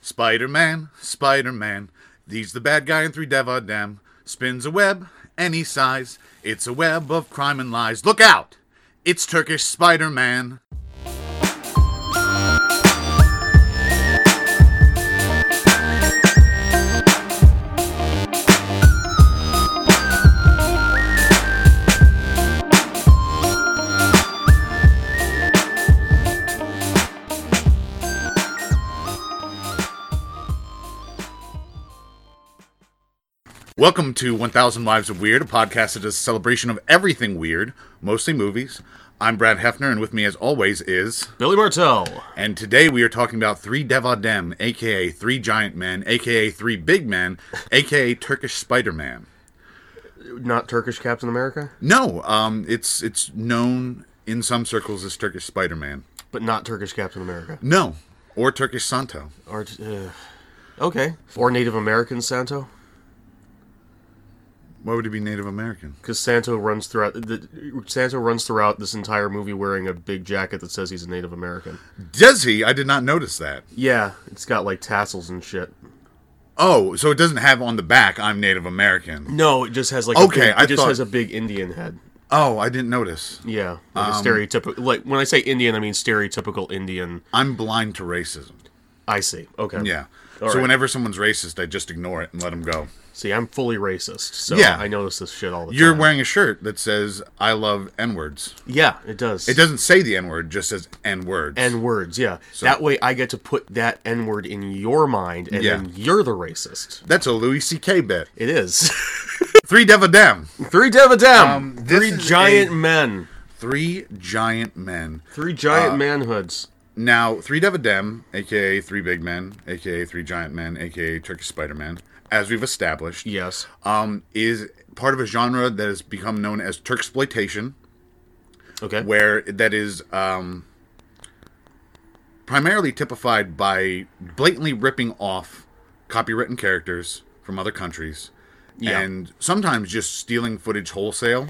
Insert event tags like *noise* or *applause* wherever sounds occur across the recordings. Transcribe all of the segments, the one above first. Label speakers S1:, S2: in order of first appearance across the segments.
S1: Spider Man, Spider Man, he's the bad guy in Three Deva Dam. Spins a web any size, it's a web of crime and lies. Look out! It's Turkish Spider Man. Welcome to 1000 Lives of Weird, a podcast that is a celebration of everything weird, mostly movies. I'm Brad Hefner, and with me, as always, is.
S2: Billy Martell.
S1: And today we are talking about Three Devadem, aka Three Giant Men, aka Three Big Men, aka Turkish Spider Man.
S2: Not Turkish Captain America,
S1: No, um, it's it's known in some circles as Turkish Spider Man.
S2: but not Turkish Captain America.
S1: No, or Turkish Santo.
S2: Or uh, okay, or Native American Santo,
S1: Why would he be Native American?
S2: because Santo runs throughout the Santo runs throughout this entire movie wearing a big jacket that says he's a Native American.
S1: Does he? I did not notice that.
S2: Yeah, it's got like tassels and shit.
S1: Oh, so it doesn't have on the back "I'm Native American."
S2: No, it just has like
S1: Okay,
S2: A big, it
S1: I
S2: just
S1: thought-
S2: has a big Indian head.
S1: Oh, I didn't notice.
S2: Yeah, like a stereotypical. Like when I say Indian, I mean stereotypical Indian.
S1: I'm blind to racism.
S2: I see. Okay.
S1: Yeah.
S2: All
S1: so
S2: right.
S1: whenever someone's racist, I just ignore it and let them go.
S2: See, I'm fully racist, so
S1: Yeah.
S2: I notice this shit all the
S1: You're
S2: time.
S1: wearing a shirt that says "I love N words."
S2: Yeah, it does.
S1: It doesn't say the N word, just says N words.
S2: N words, yeah. that way I get to put that N word in your mind and
S1: Yeah.
S2: then you're the racist.
S1: That's a Louis C.K. bit.
S2: It is.
S1: Three Devadem.
S2: *laughs* Three Devadam!
S1: Um, this
S2: three
S1: is
S2: giant
S1: a-
S2: men.
S1: Three giant men.
S2: Three giant
S1: Uh,
S2: manhoods.
S1: Now, Three Devadem, aka Three Big Men, aka Three Giant Men, aka Turkish Spider Man, as we've established,
S2: Yes.
S1: um, is part of a genre that has become known as Turksploitation,
S2: Okay.
S1: where that is um, primarily typified by blatantly ripping off copywritten characters from other countries
S2: Yeah.
S1: and sometimes just stealing footage wholesale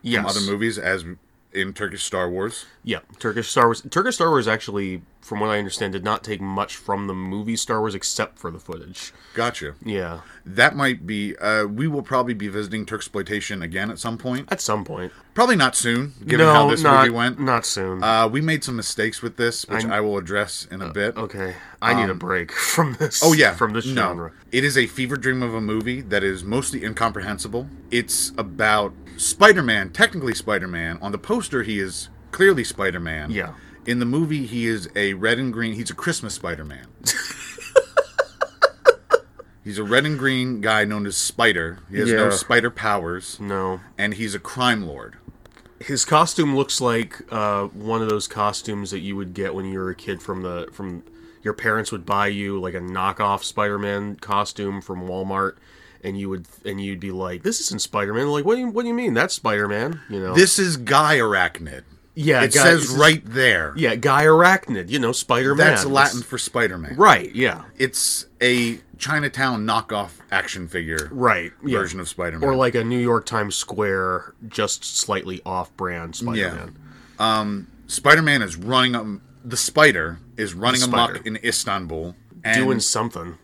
S2: yes.
S1: from other movies, as in Turkish Star Wars.
S2: Yeah. Turkish Star Wars. Turkish Star Wars actually, from what I understand, did not take much from the movie Star Wars except for the footage.
S1: Gotcha.
S2: Yeah.
S1: That might be. Uh, we will probably be visiting Turksploitation again at some point.
S2: At some point.
S1: Probably not soon, given
S2: no,
S1: how this
S2: not,
S1: movie went.
S2: not soon.
S1: Uh, we made some mistakes with this, which i will address in a bit.
S2: okay. I need a break *laughs* from this.
S1: um, Oh yeah,
S2: From this
S1: No.
S2: genre.
S1: It is a fever dream of a movie that is mostly incomprehensible. It's about Spider-Man, technically Spider-Man. On the poster, he is clearly Spider-Man.
S2: Yeah.
S1: In the movie, he is a red and green. He's a Christmas
S2: *laughs*
S1: Spider-Man. he's a red and green guy known as Spider. He has no
S2: Yeah.
S1: spider powers,
S2: No.
S1: and he's a crime lord.
S2: His costume looks like uh, one of those costumes that you would get when you were a kid from the from your parents would buy you like a knockoff Spider-Man costume from Walmart, and you would and you'd be like, "This isn't Spider-Man." Like, what do you what do you mean that's Spider-Man? You know,
S1: This is Guy Arachnid.
S2: yeah,
S1: It
S2: guy-
S1: says
S2: this is-
S1: right there.
S2: yeah, guy arachnid. You know, Spider-Man.
S1: That's
S2: It's-
S1: Latin for Spider-Man.
S2: right? Yeah,
S1: It's a Chinatown knockoff action figure
S2: right. Yeah.
S1: version of Spider-Man.
S2: or like a New York Times Square, just slightly off-brand Spider-Man.
S1: Spider-Man is running um, the spider is running
S2: The
S1: amok
S2: spider.
S1: in Istanbul and
S2: Doing something.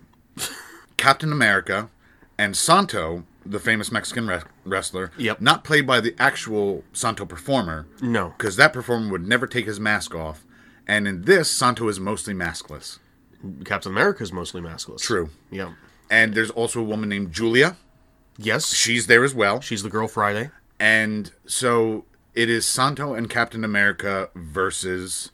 S1: Captain America and Santo, the famous Mexican wre- wrestler,
S2: Yep.
S1: not played by the actual Santo performer
S2: No.
S1: because that performer would never take his mask off. And in this, Santo is mostly maskless.
S2: Captain America's mostly maskless.
S1: True.
S2: Yeah.
S1: And there's also a woman named Julia.
S2: Yes.
S1: She's there as well.
S2: She's the girl Friday.
S1: And so it is Santo and Captain America versus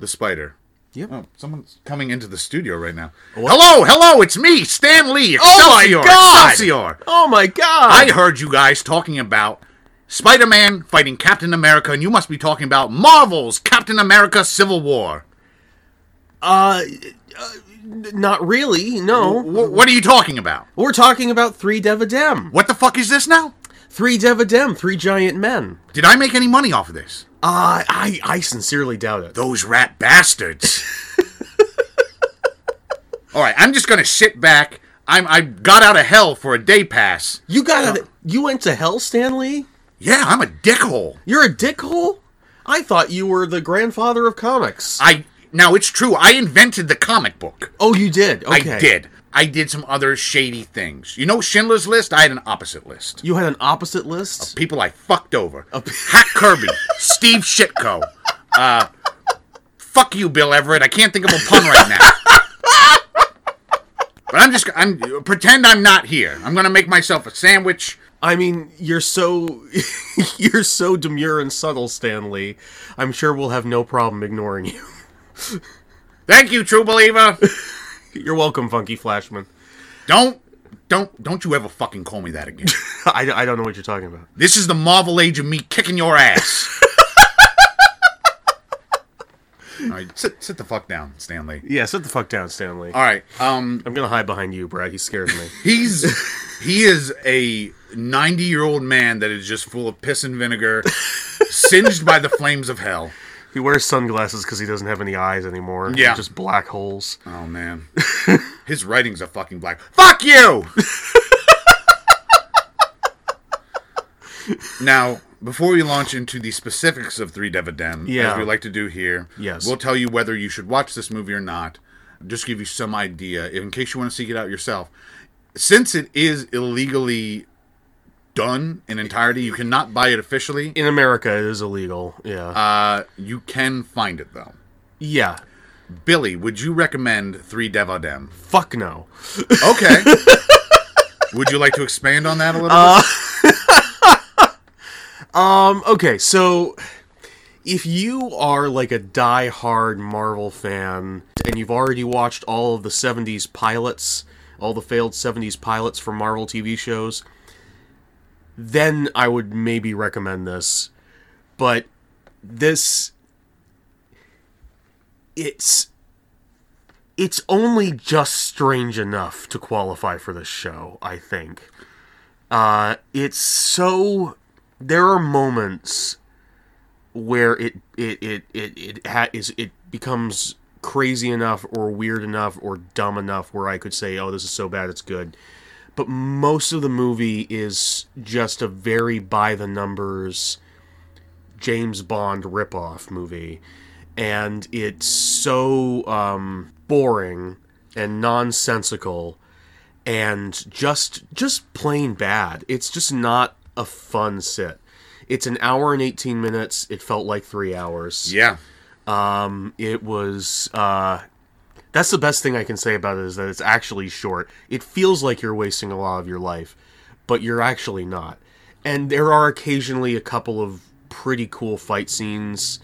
S1: the Spider.
S2: Yep.
S1: Oh, someone's coming into the studio right now. Hello, hello, it's me, Stan Lee.
S2: Oh my
S1: Excelsior,
S2: God!
S1: Excelsior.
S2: Oh my god!
S1: I heard you guys talking about Spider Man fighting Captain America, and you must be talking about Marvel's Captain America Civil War.
S2: Uh, Not really. No,
S1: Wh- what are you talking about?
S2: we're talking about three Devadem.
S1: What the fuck is this now?
S2: Three Devadem. Three giant men.
S1: Did I make any money off of this?
S2: Uh, I I sincerely doubt it.
S1: Those rat bastards. All right, I'm just gonna sit back. I'm I got out of hell for a day pass.
S2: You got a, You went to hell, Stanley.
S1: Yeah, I'm a dickhole.
S2: You're a dickhole. I thought you were the grandfather of comics.
S1: I Now it's true. I invented the comic book.
S2: Oh, you did. Okay.
S1: I did. I did some other shady things. You know Schindler's List? I had an opposite list.
S2: You had an opposite list.
S1: People I fucked over. Hack Kirby. Steve Shitko. Uh, fuck you, Bill Everett. I can't think of a pun right now. But I'm just I'm pretend I'm not here. I'm gonna make myself a sandwich.
S2: I mean, you're so *laughs* you're so demure and subtle, Stanley. I'm sure we'll have no problem ignoring you. *laughs*
S1: Thank you, true believer.
S2: You're welcome, Funky Flashman.
S1: Don't don't don't you ever fucking call me that again.
S2: I, I don't know what you're talking about.
S1: This is the Marvel age of me kicking your ass. All right, sit, sit the fuck down, Stanley.
S2: Yeah, sit the fuck down, Stanley.
S1: All right, um,
S2: I'm gonna hide behind you, Brad. He scares me.
S1: He's he is a 90 year old man that is just full of piss and vinegar, singed by the flames of hell.
S2: he wears sunglasses because he doesn't have any eyes anymore.
S1: Yeah.
S2: They're just black holes.
S1: Oh man, *laughs* his writings are fucking black. Fuck
S2: *laughs*
S1: you. now, before we launch into the specifics of Three Devadem,
S2: Yeah.
S1: as we like to do here,
S2: Yes.
S1: we'll tell you whether you should watch this movie or not. Just give you some idea in case you want to seek it out yourself. Since it is illegally done in entirety, you cannot buy it officially.
S2: In America, it is illegal. Yeah.
S1: Uh, you can find it though.
S2: yeah.
S1: Billy, would you recommend Three Devadem?
S2: Fuck no.
S1: Okay.
S2: *laughs*
S1: Would you like to expand on that a little
S2: Uh,
S1: bit?
S2: Um, okay, so if you are like a die-hard Marvel fan and you've already watched all of the 70s pilots, all the failed 70s pilots for Marvel TV shows, then I would maybe recommend this. But this it's it's only just strange enough to qualify for this show, I think. Uh it's so there are moments where it it it it it ha- is it becomes crazy enough or weird enough or dumb enough where I could say, "Oh, this is so bad, it's good." But most of the movie is just a very by the numbers James Bond ripoff movie, and it's so um, boring and nonsensical and just just plain bad. It's just not a fun sit. It's an hour and 18 minutes. It felt like 3 hours.
S1: Yeah.
S2: Um it was uh that's the best thing I can say about it is that it's actually short. It feels like you're wasting a lot of your life, but you're actually not. And there are occasionally a couple of pretty cool fight scenes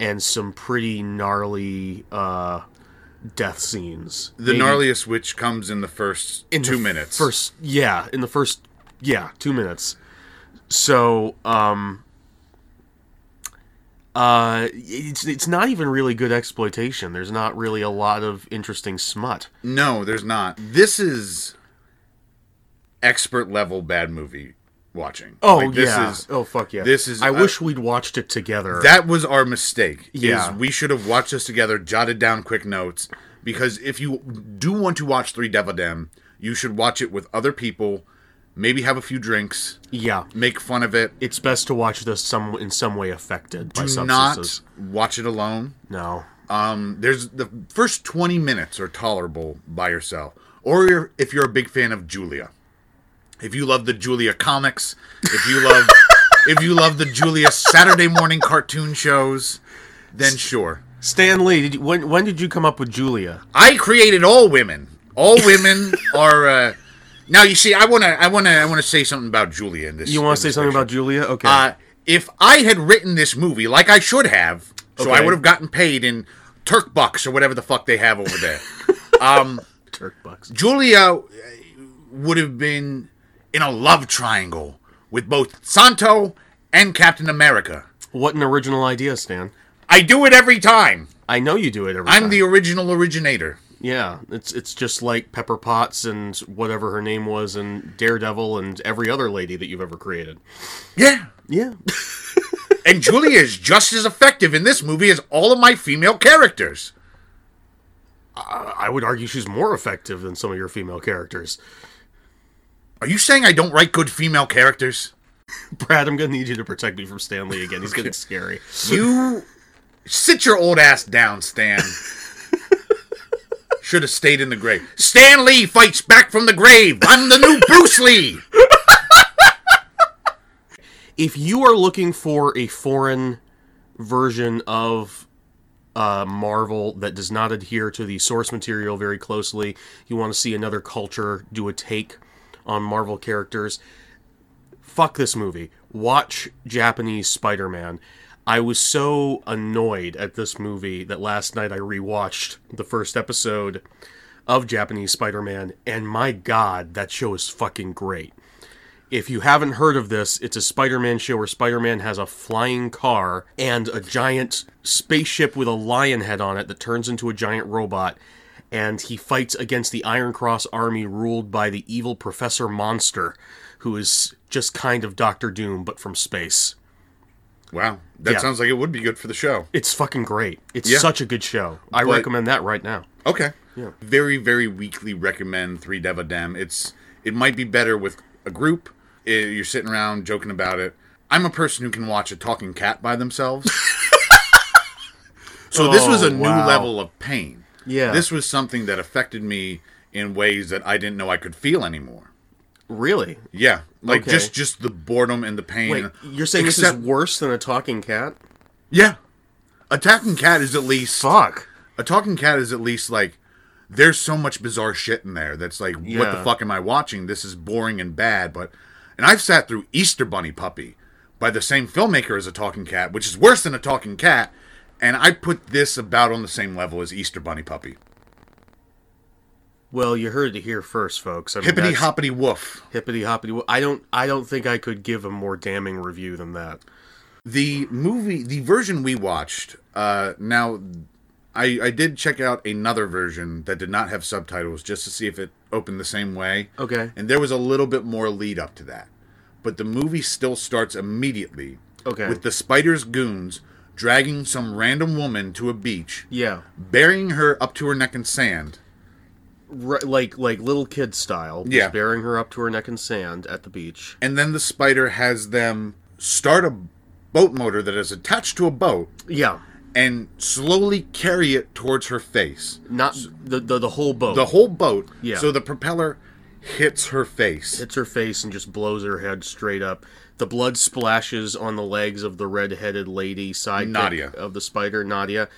S2: and some pretty gnarly uh death scenes.
S1: The
S2: Maybe-
S1: gnarliest which comes in the first two
S2: the
S1: minutes.
S2: First, yeah, in the first, yeah, two minutes. So, um, uh, it's it's not even really good exploitation. There's not really a lot of interesting smut.
S1: No, there's not. This is expert level bad movie watching. Like, this is
S2: oh fuck yeah.
S1: this is-
S2: I
S1: I-
S2: wish we'd watched it together.
S1: that was our mistake.
S2: Yeah.
S1: Is we should have watched this together, jotted down quick notes. Because if you do want to watch Three Devadem, you should watch it with other people, maybe have a few drinks,
S2: yeah.
S1: make fun of it.
S2: It's best to watch this some in some way affected by
S1: Do
S2: substances.
S1: not watch it alone.
S2: No.
S1: Um, there's the first 20 minutes are tolerable by yourself, or you're, if you're a big fan of Julia, if you love the Julia comics, if you love *laughs* if you love the Julia Saturday morning cartoon shows, then sure.
S2: Stan Lee, did you, when when did you come up with Julia?
S1: I created all women. All
S2: *laughs*
S1: women are. Uh, now you see, I wanna, I wanna, I wanna say something about Julia in this.
S2: You
S1: in
S2: want to say
S1: this
S2: something
S1: picture.
S2: about Julia? Okay.
S1: Uh, if I had written this movie like I should have, so I
S2: Okay.
S1: would have gotten paid in Turk bucks or whatever the fuck they have over there.
S2: Turk bucks.
S1: Julia uh, would have been in a love triangle with both Santo and Captain America.
S2: What an original idea, Stan.
S1: I do it every time.
S2: I know you do it every
S1: I'm
S2: time.
S1: the original originator.
S2: yeah. It's it's just like Pepper Potts and whatever her name was and Daredevil and every other lady that you've ever created.
S1: Yeah.
S2: Yeah.
S1: And Julia is just as effective in this movie as all of my female characters.
S2: *laughs* I would argue she's more effective than some of your female characters. *laughs*
S1: Are you saying I don't write good female characters?
S2: Brad, I'm gonna need you to protect me from Stanley again. He's getting scary.
S1: You Sit your old ass down, Stan. Should have stayed in the grave. Stan Lee fights back from the grave. I'm the new Bruce Lee.
S2: If you are looking for a foreign version of uh, Marvel that does not adhere to the source material very closely, you want to see another culture do a take on Marvel characters, fuck this movie. Watch Japanese Spider Man. I was so annoyed at this movie that last night I rewatched the first episode of Japanese Spider Man, and my god, that show is fucking great. If you haven't heard of this, it's a Spider Man show where Spider Man has a flying car and a giant spaceship with a lion head on it that turns into a giant robot. And he fights against the Iron Cross army ruled by the evil Professor Monster, who is just kind of Doctor Doom, but from space.
S1: Wow, that
S2: Yeah.
S1: sounds like it would be good for the show.
S2: It's fucking great. It's
S1: Yeah.
S2: such a good show. I
S1: But-
S2: recommend that right now.
S1: Okay. Yeah. Very, very weakly recommend Three Deva Dem. It's it might be better with a group. i you're sitting around joking about it. I'm a person who can watch a talking cat by themselves.
S2: *laughs*
S1: so this was
S2: Oh,
S1: a new
S2: wow.
S1: level of pain.
S2: Yeah.
S1: This was something that affected me in ways that I didn't know I could feel anymore.
S2: Really?
S1: Yeah. Like
S2: Okay.
S1: just just the boredom and the pain.
S2: Wait, you're saying this
S1: Except-
S2: is worse than a talking cat?
S1: Yeah. A talking cat is at least
S2: Fuck.
S1: a talking cat is at least like there's so much bizarre shit in there that's like what the
S2: Yeah.
S1: fuck am i watching this is boring and bad but and i've sat through easter bunny puppy by the same filmmaker as a talking cat which is worse than a talking cat and i put this about on the same level as easter bunny puppy
S2: Well, you heard it here first, folks. I mean,
S1: hippity
S2: that's-
S1: hoppity woof
S2: hippity hoppity. wo- I don't. I don't think I could give a more damning review than that.
S1: the movie the version we watched uh now i i did check out another version that did not have subtitles just to see if it opened the same way
S2: Okay.
S1: and there was a little bit more lead up to that but the movie still starts immediately
S2: Okay.
S1: with the spider's goons dragging some random woman to a beach
S2: yeah.
S1: burying her up to her neck in sand
S2: Ri- like like little kid style. just
S1: Yeah.
S2: Burying her up to her neck in sand at the beach.
S1: and then the spider has them start a boat motor that is attached to a boat
S2: Yeah.
S1: and slowly carry it towards her face
S2: Not the the, the whole boat.
S1: the whole boat.
S2: Yeah.
S1: So the propeller hits her face.
S2: hits her face and just blows her head straight up. The blood splashes on the legs of the red-headed lady side
S1: Nadia.
S2: of the spider Nadia.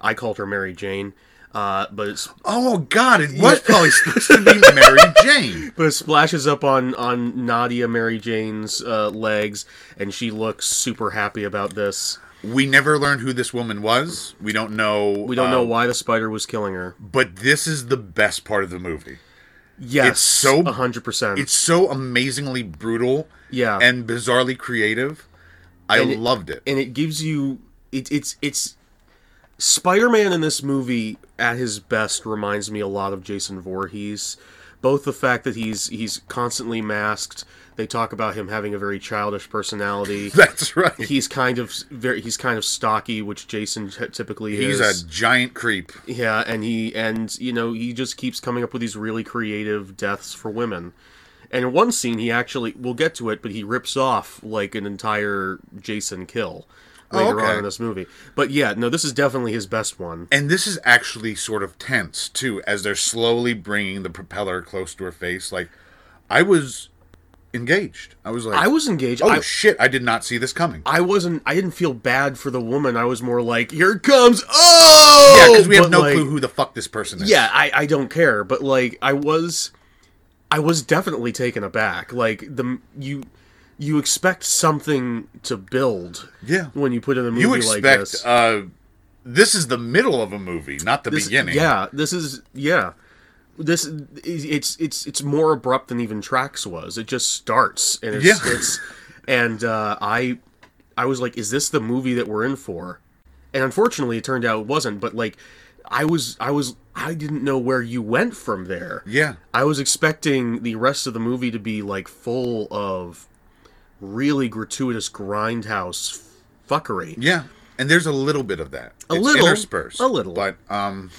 S2: I called her Mary Jane, uh, but it's,
S1: Oh God!
S2: *laughs*
S1: It was probably supposed to be Mary Jane.
S2: but it splashes up on on Nadia Mary Jane's uh, legs, and she looks super happy about this.
S1: We never learned who this woman was. We don't know. um,
S2: We don't know why the spider was killing her.
S1: But this is the best part of the movie.
S2: Yes,
S1: so-
S2: hundred percent.
S1: It's so amazingly brutal.
S2: Yeah.
S1: And bizarrely creative. I
S2: And it-
S1: loved it. *laughs*
S2: and it gives you it, it's it's Spider-Man in this movie at his best reminds me a lot of Jason Voorhees. Both the fact that he's he's constantly masked. They talk about him having a very childish
S1: *laughs*
S2: personality.
S1: That's right.
S2: he's kind of s- very he's kind of stocky, which Jason t- typically
S1: He's
S2: is.
S1: a giant creep.
S2: Yeah, and he and you know he just keeps coming up with these really creative deaths for women. And in one scene, he actually we'll get to it, but he rips off like an entire Jason kill
S1: Oh,
S2: later
S1: okay.
S2: on in this movie. But yeah, no, this is definitely his best one.
S1: And this is actually sort of tense too, as they're slowly bringing the propeller close to her face. Like, I was engaged. I was like,
S2: I was engaged.
S1: Oh
S2: I,
S1: shit! I did not see this coming.
S2: I wasn't. I didn't feel bad for the woman. I was more like, here it comes. Oh,
S1: yeah, because we have
S2: But,
S1: no
S2: like,
S1: clue who the fuck this person is.
S2: Yeah, I, I don't care, but like I was, I was definitely taken aback. Like the you, you expect something to build.
S1: Yeah.
S2: When you put in a movie
S1: you
S2: like
S1: expect
S2: this,
S1: uh, this is the middle of a movie, not the
S2: This-
S1: beginning.
S2: Yeah, this is yeah, this is- it's it's it's more abrupt than even Tracks was. It just starts and it's,
S1: Yeah.
S2: it's and uh, I I was like, is this the movie that we're in for? And unfortunately, it turned out it wasn't. But like, I was I was I didn't know where you went from there.
S1: yeah.
S2: I was expecting the rest of the movie to be like full of really gratuitous grindhouse fuckery.
S1: Yeah. And there's a little bit of that.
S2: A
S1: It's
S2: little.
S1: interspersed,
S2: A little.
S1: But um,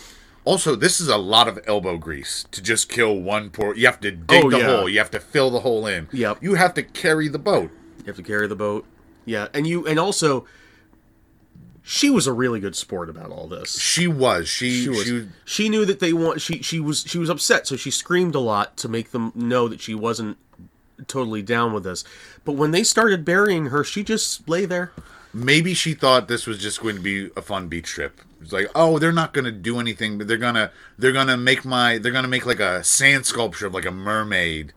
S1: also, this is a lot of elbow grease to just kill one poor. You have to dig
S2: Oh,
S1: the
S2: yeah.
S1: hole. You have to fill the hole in.
S2: Yep.
S1: You have to carry the boat.
S2: You have to carry the boat. Yeah, and you and also she was a really good sport about all this.
S1: She was. She
S2: She
S1: she,
S2: was. She, knew that they want. She she was she was upset, so she screamed a lot to make them know that she wasn't totally down with this. But when they started burying her, she just lay there.
S1: maybe she thought this was just going to be a fun beach trip. It's like, oh, they're not going to do anything, but they're gonna they're gonna make my they're gonna make like a sand sculpture of like a mermaid.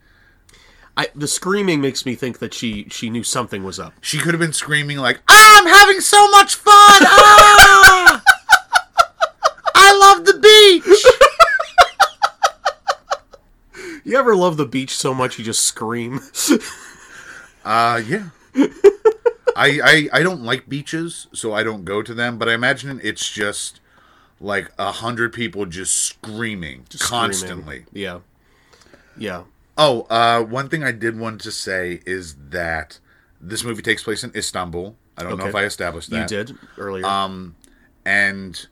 S2: I, the screaming makes me think that she she knew something was up.
S1: She could have been screaming like, "Ah, I'm having so much fun! Ah! I love the beach."
S2: You ever love the beach so much you just scream? *laughs*
S1: Uh, yeah. I, I I don't like beaches, so I don't go to them. But I imagine it's just like a hundred people just screaming constantly.
S2: Screaming. Yeah, yeah.
S1: Oh, uh, one thing I did want to say is that this movie takes place in Istanbul. I don't know
S2: Okay.
S1: if I established that. Um,
S2: You did earlier.
S1: And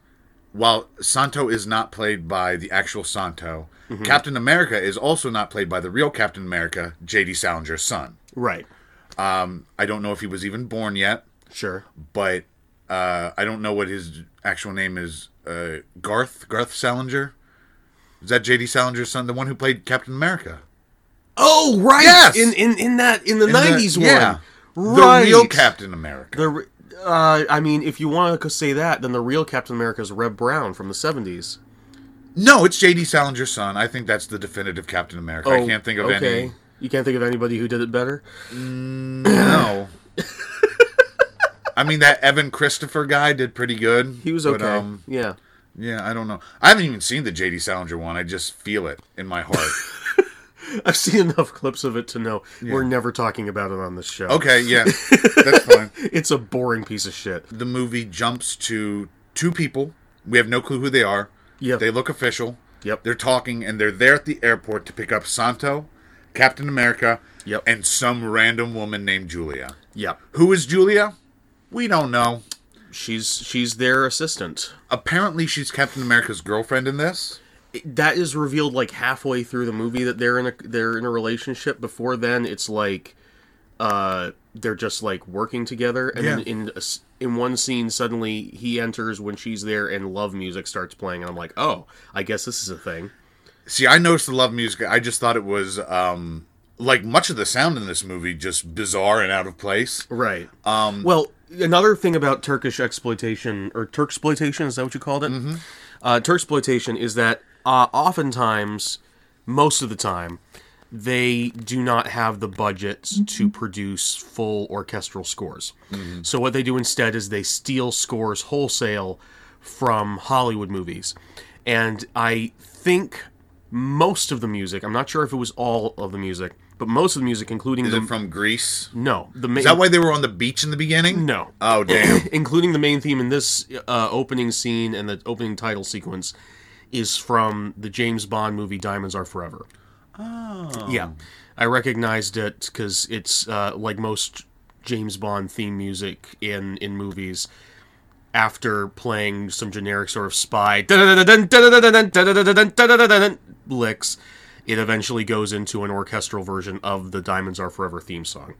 S1: while Santo is not played by the actual Santo, Captain America is also not played by the real Captain America, J.D. Salinger's son.
S2: right.
S1: I don't know if he was even born yet,
S2: Sure.
S1: but uh, I don't know what his actual name is. Uh, Garth Garth Salinger. Is that J.D. Salinger's son, the one who played Captain America?
S2: Oh right.
S1: Yes!
S2: In in in that in the
S1: In the-
S2: nineties one.
S1: yeah.
S2: Right.
S1: The real Captain America.
S2: The re- uh, I mean, if you want to say that, then the real Captain America is Reb Brown from the seventies.
S1: No, it's J.D. Salinger's son. I think that's the definitive Captain America. I can't think of any.
S2: Oh, You can't think of anybody who did it better.
S1: No. I mean, that Evan Christopher guy did pretty good.
S2: He was okay.
S1: But, um,
S2: yeah. *laughs*
S1: yeah, I don't know. I haven't even seen the J.D. Salinger one. I just feel it in my heart.
S2: I've seen enough clips of it to know we're never talking about it on this show.
S1: okay,
S2: *laughs*
S1: yeah, that's fine.
S2: It's a boring piece of shit.
S1: The movie jumps to two people. We have no clue who they are.
S2: Yep.
S1: They look official.
S2: Yep.
S1: They're talking, and they're there at the airport to pick up Santo, Captain America,
S2: Yep.
S1: and some random woman named Julia.
S2: Yeah.
S1: Who is Julia? We don't know.
S2: She's she's their assistant.
S1: Apparently, she's Captain America's girlfriend in this.
S2: It- that is revealed like halfway through the movie that they're in a they're in a relationship. Before then, it's like uh they're just like working together and then
S1: Yeah.
S2: in a s- in one scene suddenly he enters when she's there and love music starts playing and I'm like, "Oh, I guess this is a thing."
S1: See, I noticed the love music. I just thought it was um, like much of the sound in this movie just bizarre and out of place.
S2: Right. Um well, another thing about Turkish exploitation or Turk exploitation is that what you called it? Mm-hmm. Uh Turk exploitation is that uh oftentimes most of the time they do not have the budgets to produce full orchestral scores.
S1: Mm-hmm.
S2: So what they do instead is they steal scores wholesale from Hollywood movies. And I think most of the music, I'm not sure if it was all of the music, but most of the music including
S1: Is
S2: the
S1: it from Greece?
S2: no, the main
S1: Is that why they were on the beach in the beginning?
S2: no
S1: Oh
S2: *coughs*
S1: damn!
S2: including the main theme in this uh, opening scene and the opening title sequence is from the James Bond movie Diamonds Are Forever. Oh. Yeah. I recognized it cuz it's uh, like most James Bond theme music in in movies after playing some generic sort of spy licks it eventually goes into an orchestral version of the Diamonds Are Forever theme song.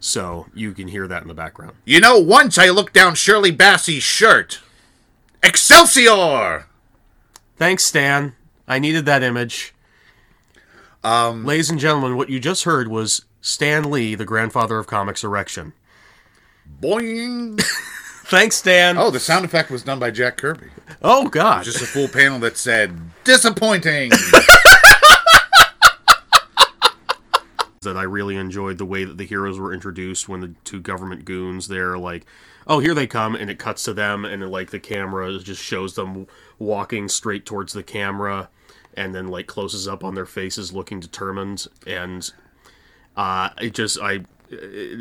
S2: So you can hear that in the background.
S1: you know, once I looked down Shirley Bassey's shirt. Excelsior!
S2: Thanks, Stan. I needed that image. Um, Ladies and gentlemen, what you just heard was Stan Lee, the grandfather of comics erection.
S1: Boing!
S2: Thanks, Stan. Oh,
S1: Oh, the sound effect was done by Jack Kirby.
S2: God.
S1: Just a full panel that said disappointing.
S2: that I really enjoyed the way that the heroes were introduced when the two government goons there like, oh, here they come, and it cuts to them, and like the camera just shows them walking straight towards the camera, and then like closes up on their faces, looking determined, and uh, it just I. uh,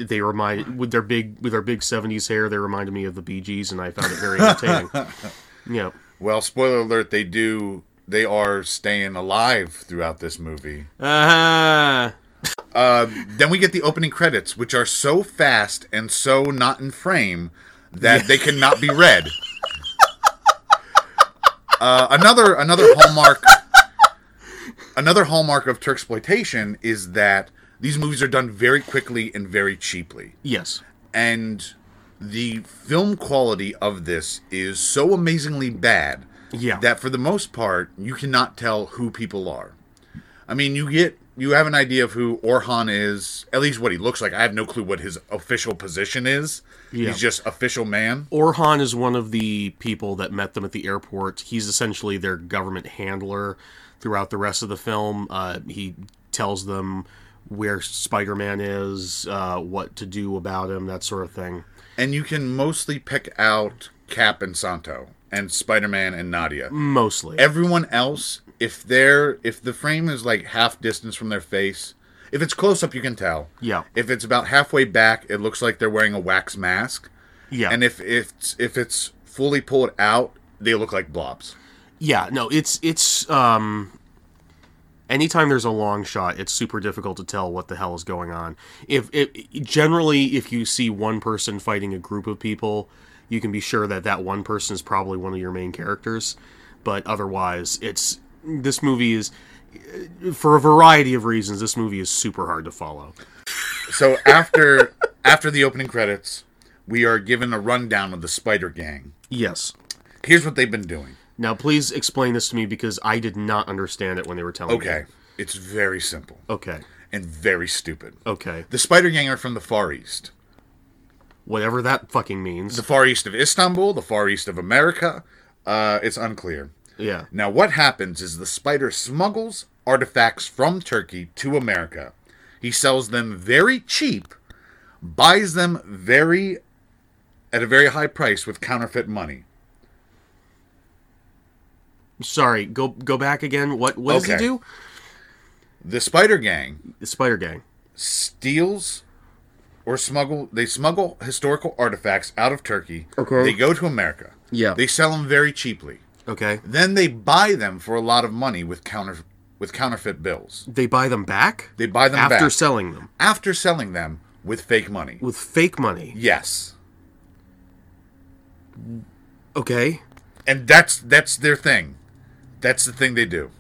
S2: They remind with their big with their big '70s hair. They reminded me of the Bee Gees, and I found it very entertaining. yeah,
S1: well, spoiler alert: they do. They are staying alive throughout this movie.
S2: uh,
S1: Then we get the opening credits, which are so fast and so not in frame that they cannot be read. Uh, another another hallmark another hallmark of Turksploitation is that these movies are done very quickly and very cheaply.
S2: yes,
S1: And the film quality of this is so amazingly bad
S2: Yeah.
S1: that for the most part you cannot tell who people are. I mean, you get you have an idea of who Orhan is, at least what he looks like. I have no clue what his official position is.
S2: Yeah.
S1: He's just official man.
S2: Orhan is one of the people that met them at the airport. He's essentially their government handler throughout the rest of the film. Uh, he tells them where Spider Man is, uh, what to do about him, that sort of thing.
S1: And you can mostly pick out Cap and Santo and Spider-Man and Nadia.
S2: Mostly.
S1: everyone else if they're if the frame is like half distance from their face if it's close up you can tell
S2: Yeah.
S1: if it's about halfway back it looks like they're wearing a wax mask
S2: yeah.
S1: and if it's if it's fully pulled out they look like blobs
S2: Yeah, no, it's it's um anytime there's a long shot, it's super difficult to tell what the hell is going on. If it generally if you see one person fighting a group of people, you can be sure that that one person is probably one of your main characters, but otherwise, it's this movie is for a variety of reasons this movie is super hard to follow.
S1: so after after the opening credits we are given a rundown of the spider gang
S2: Yes.
S1: here's what they've been doing
S2: Now please explain this to me because I did not understand it when they were telling me.
S1: okay it's very simple
S2: Okay.
S1: and very stupid
S2: Okay.
S1: the spider gang are from the far east
S2: Whatever that fucking means.
S1: the far east of Istanbul, the far east of America. Uh, it's unclear.
S2: yeah.
S1: Now, what happens is the spider smuggles artifacts from Turkey to America. He sells them very cheap, buys them very at a very high price with counterfeit money.
S2: Sorry, go go back again. What what does he
S1: Okay.
S2: do?
S1: The spider gang
S2: The Spider Gang.
S1: steals or smuggle they smuggle historical artifacts out of Turkey.
S2: Okay.
S1: They go to America.
S2: Yeah.
S1: They sell them very cheaply.
S2: Okay.
S1: Then they buy them for a lot of money with counter with counterfeit bills.
S2: They buy them back
S1: They buy them
S2: after
S1: back
S2: selling them
S1: after selling them with fake money.
S2: with fake money.
S1: Yes,
S2: Okay.
S1: and that's that's their thing. That's the thing they do,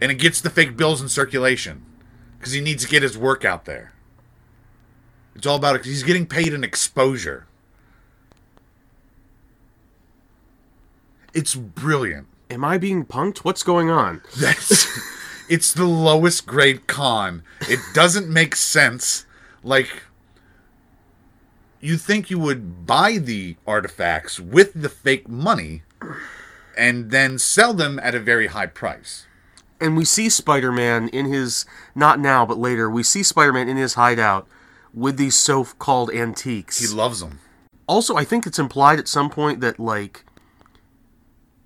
S1: and it gets the fake bills in circulation because he needs to get his work out there. It's all about it. 'cause He's getting paid in exposure. It's brilliant.
S2: Am I being punked? What's going on?
S1: That's it's the lowest grade con. It doesn't make sense. Like you think you would buy the artifacts with the fake money and then sell them at a very high price.
S2: And we see Spider Man in his not now but later. We see Spider Man in his hideout with these so-called antiques.
S1: He loves them.
S2: also, I think it's implied at some point that like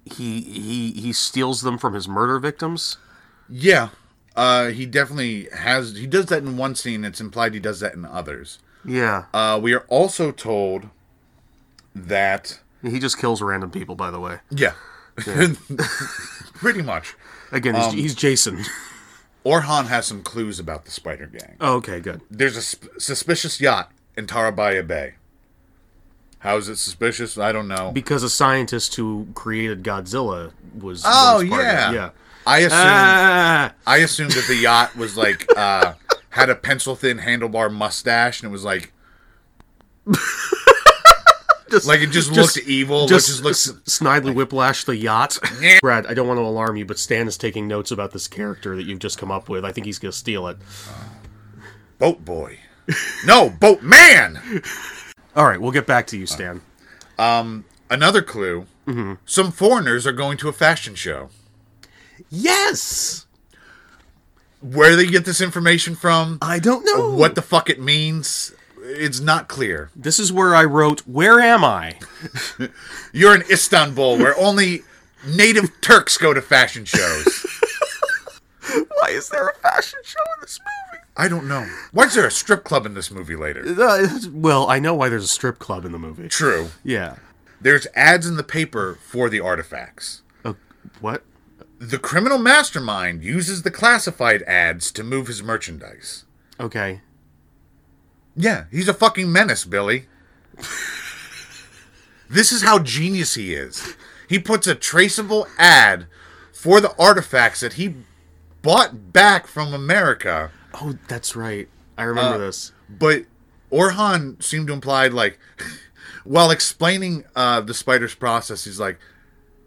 S2: he he he steals them from his murder victims.
S1: Yeah. Uh, he definitely has. He does that in one scene. It's implied he does that in others.
S2: Yeah.
S1: Uh, we are also told that.
S2: he just kills random people. By the way,
S1: Yeah. *laughs* Pretty much.
S2: again,
S1: um,
S2: he's, he's Jason. *laughs*
S1: Orhan has some clues about the Spider Gang.
S2: Oh, okay, good.
S1: There's a sp- suspicious yacht in Tarabaya Bay. How is it suspicious? I don't know.
S2: Because a scientist who created Godzilla was.
S1: oh
S2: was part of it,
S1: yeah,
S2: yeah.
S1: I assumed
S2: Ah,
S1: I assumed that the yacht was like
S2: *laughs*
S1: uh, had a pencil thin handlebar mustache and it was like
S2: Just-
S1: like it just,
S2: just-
S1: looked evil.
S2: just,
S1: Just, looks
S2: S- Snidely Whiplash the *laughs* yacht. Brad, I don't want to alarm you, but Stan is taking notes about this character that you've just come up with. I think he's going to steal it.
S1: boat boy. No boat man.
S2: All right, we'll get back to you, Stan.
S1: Another clue.
S2: Mm-hmm.
S1: Some foreigners are going to a fashion show.
S2: Yes,
S1: Where they get this information from?
S2: I don't know
S1: What the fuck it means? It's not clear.
S2: This is where I wrote. Where am I?
S1: You're in Istanbul, where only native Turks go to fashion shows.
S2: *laughs* Why is there a fashion show in this movie?
S1: I don't know. Why is there a strip club in this movie later?
S2: Uh, well, I know why there's a strip club in the movie.
S1: True.
S2: Yeah.
S1: There's ads in the paper for the artifacts.
S2: Oh, what?
S1: The criminal mastermind uses the classified ads to move his merchandise.
S2: Okay.
S1: Yeah, he's a fucking menace, Billy. this is how genius he is. He puts a traceable ad for the artifacts that he bought back from America.
S2: Uh, Oh, that's right. I remember this.
S1: But Orhan seemed to imply like *laughs* while explaining uh, the spider's process, he's like,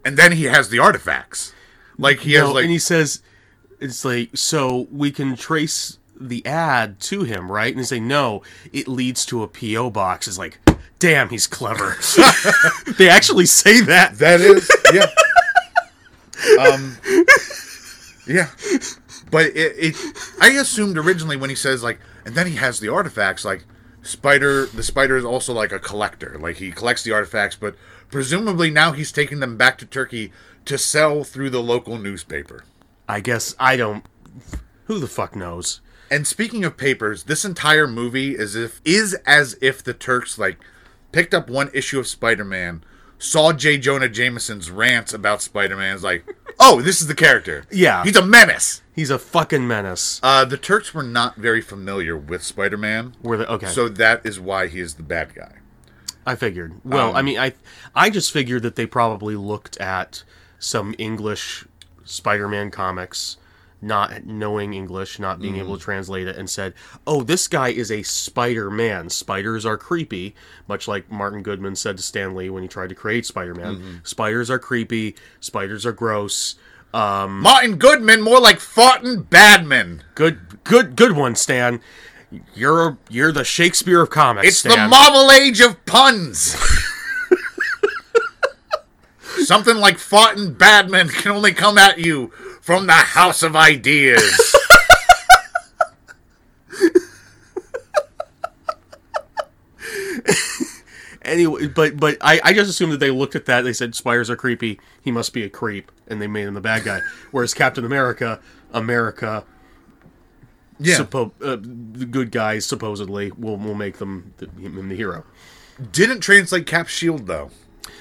S1: and then he has the artifacts. Like he has
S2: No,
S1: like
S2: and he says, it's like, so we can trace the ad to him, right? And he's like, no, it leads to a P.O. box. It's like, damn, he's clever. *laughs* they actually say that.
S1: *laughs* That is,
S2: *laughs*
S1: yeah. um, yeah, but it, it. I assumed originally when he says like, and then he has the artifacts. Like, spider. The spider is also like a collector. Like he collects the artifacts, but presumably now he's taking them back to Turkey to sell through the local newspaper.
S2: I guess I don't. Who the fuck knows?
S1: And speaking of papers, this entire movie is if is as if the Turks like picked up one issue of Spider-Man, saw J. Jonah Jameson's rants about Spider-Man, is
S2: *laughs*
S1: like, oh, this is the character.
S2: Yeah.
S1: he's a menace.
S2: He's a fucking menace.
S1: Uh, the Turks were not very familiar with Spider-Man,
S2: Were the okay?
S1: so that is why he is the bad guy.
S2: I figured. Well,
S1: Um,
S2: I mean, I I just figured that they probably looked at some English Spider-Man comics, not knowing English, not being
S1: Mm-hmm.
S2: able to translate it, and said, "Oh, this guy is a Spider-Man. Spiders are creepy." Much like Martin Goodman said to Stan Lee when he tried to create Spider-Man,
S1: Mm-hmm.
S2: "Spiders are creepy. Spiders are gross." Um,
S1: Martin Goodman, more like Fartin Badman.
S2: Good, good, good one, Stan. You're you're the Shakespeare of comics.
S1: It's the
S2: Stan.
S1: Marvel Age of puns. Something like Fartin Badman can only come at you from the House of Ideas.
S2: anyway. But but I, I just assumed that they looked at that. They said spiders are creepy. He must be a creep, and they made him the bad guy. Whereas Captain America, America,
S1: yeah.
S2: suppo- uh, the good guys supposedly will will make them the, him the hero.
S1: Didn't translate Cap's shield though.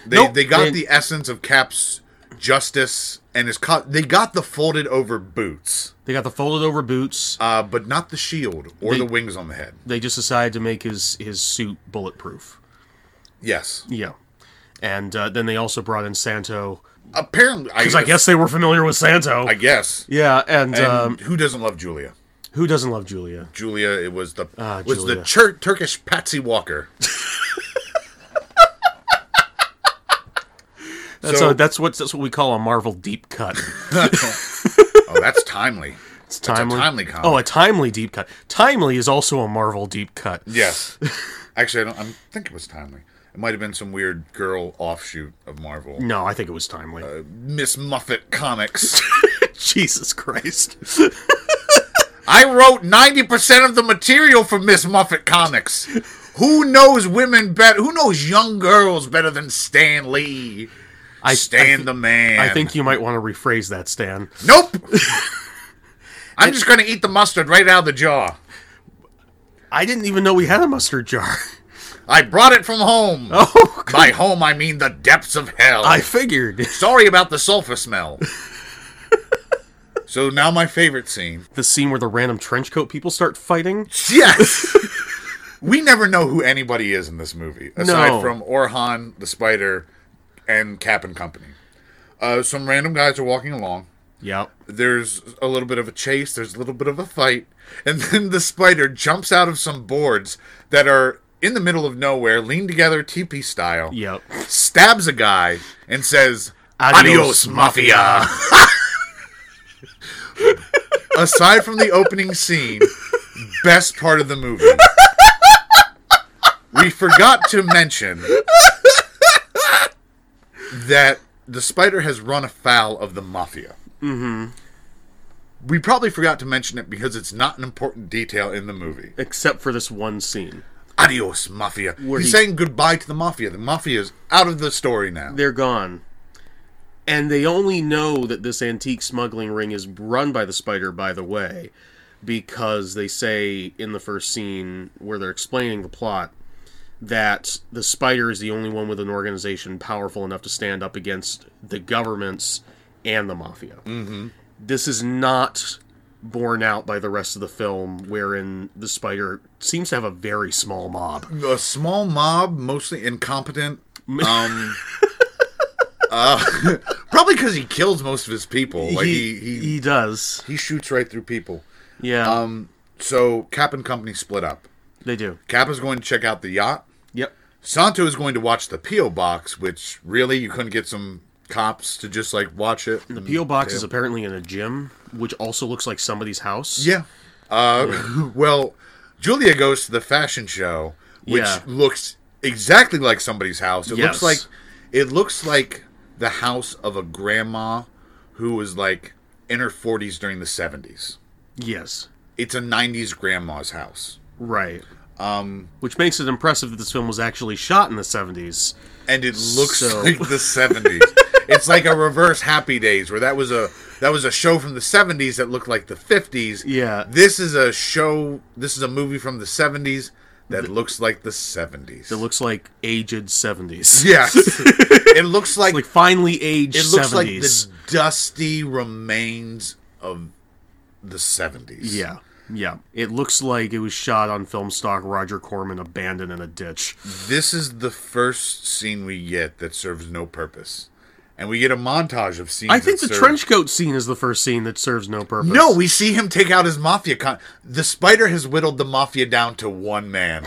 S1: They
S2: Nope.
S1: they got
S2: And-
S1: the essence of Cap's justice and his co- they got the folded over boots,
S2: They got the folded over boots.
S1: uh, but not the shield or
S2: They-
S1: the wings on the head.
S2: They just decided to make his his suit bulletproof.
S1: Yes.
S2: Yeah, and uh, then they also brought in Santo
S1: Apparently,
S2: because I guess they were familiar with Santo.
S1: I guess.
S2: yeah, and,
S1: And
S2: um,
S1: who doesn't love Julia?
S2: Who doesn't love Julia?
S1: Julia. It was the
S2: Ah,
S1: was
S2: Julia.
S1: the chur- Turkish Patsy Walker.
S2: That's
S1: So-
S2: a, that's what that's what we call a Marvel deep cut. *laughs*
S1: Oh, that's timely.
S2: It's timely.
S1: timely comic.
S2: Oh, a timely deep cut. Timely is also a Marvel deep cut.
S1: Yes. Actually, I don't. I think it was timely. It might have been some weird girl offshoot of Marvel,
S2: No, I think it was timely.
S1: Miss Muffet Comics.
S2: *laughs* Jesus Christ.
S1: I wrote ninety percent of the material for Miss Muffet Comics. Who knows women better? Who knows young girls better than Stan Lee?
S2: I
S1: Stan the man.
S2: I think you might want to rephrase that, Stan.
S1: Nope.
S2: *laughs*
S1: I'm just gonna eat the mustard right out of the jar.
S2: I didn't even know we had a mustard jar. *laughs*
S1: I brought it from home.
S2: Oh, God.
S1: By home, I mean the depths of hell.
S2: I figured
S1: Sorry about the sulfur smell. so now my favorite scene.
S2: *laughs* the scene where the random trench coat people start fighting.
S1: Yes. *laughs* we never know who anybody is in this movie, aside
S2: No.
S1: from Orhan the Spider and Cap and Company. Uh, some random guys are walking along.
S2: Yep.
S1: There's a little bit of a chase. There's a little bit of a fight, and *laughs* then the spider jumps out of some boards that are in the middle of nowhere, lean together, teepee style.
S2: Yep.
S1: stabs a guy and says, Adios,
S2: Adios,
S1: Mafia.
S2: *laughs*
S1: Aside from the opening scene, best part of the movie. We forgot to mention that the spider has run afoul of the mafia. Mm-hmm. We probably forgot to mention it because it's not an important detail in the movie.
S2: Except for this one scene.
S1: Adios, mafia.
S2: Where
S1: He's
S2: he-
S1: saying goodbye to the mafia. The mafia is out of the story now.
S2: they're gone. And they only know that this antique smuggling ring is run by the spider, by the way, because they say in the first scene where they're explaining the plot that the spider is the only one with an organization powerful enough to stand up against the governments and the mafia. Mm-hmm. This is not borne out by the rest of the film, wherein the spider seems to have a very small mob.
S1: a small mob, mostly
S2: *laughs*
S1: incompetent. Um, uh, *laughs* probably because he kills most of his people. Like he, he, he,
S2: he does.
S1: shoots right through people.
S2: Yeah.
S1: Um, so Cap and Company split up.
S2: They do.
S1: Kappa's going to check out the yacht.
S2: Yep.
S1: Santo is going to watch the P.O. box, which really you couldn't get some cops to just like watch it.
S2: The PO box is apparently in a gym, which also looks like somebody's house.
S1: Yeah. Uh, *laughs* well, Julia goes to the fashion show, which
S2: Yeah.
S1: looks exactly like somebody's house. It
S2: Yes.
S1: looks like it looks like the house of a grandma who was like in her forties during the seventies.
S2: Yes.
S1: It's a nineties grandma's house.
S2: Right. Um, which makes it impressive that this film was actually shot in the seventies.
S1: And it looks *laughs*
S2: So-
S1: like the
S2: *laughs*
S1: seventies. it's like a reverse happy days where that was a that was a show from the seventies that looked like the fifties.
S2: Yeah.
S1: This is a show this is a movie from the seventies that looks like the seventies.
S2: It looks like aged seventies.
S1: *laughs* Yes. it looks like,
S2: Like finally aged
S1: it looks like
S2: seventies.
S1: the dusty remains of the seventies.
S2: yeah. Yeah. It looks like it was shot on film stock Roger Corman abandoned in a ditch.
S1: This is the first scene we get that serves no purpose. And we get a montage of scenes.
S2: I think the
S1: that serve-
S2: trench coat scene is the first scene that serves no purpose.
S1: No, we see him take out his mafia con the spider has whittled the mafia down to one *laughs* man.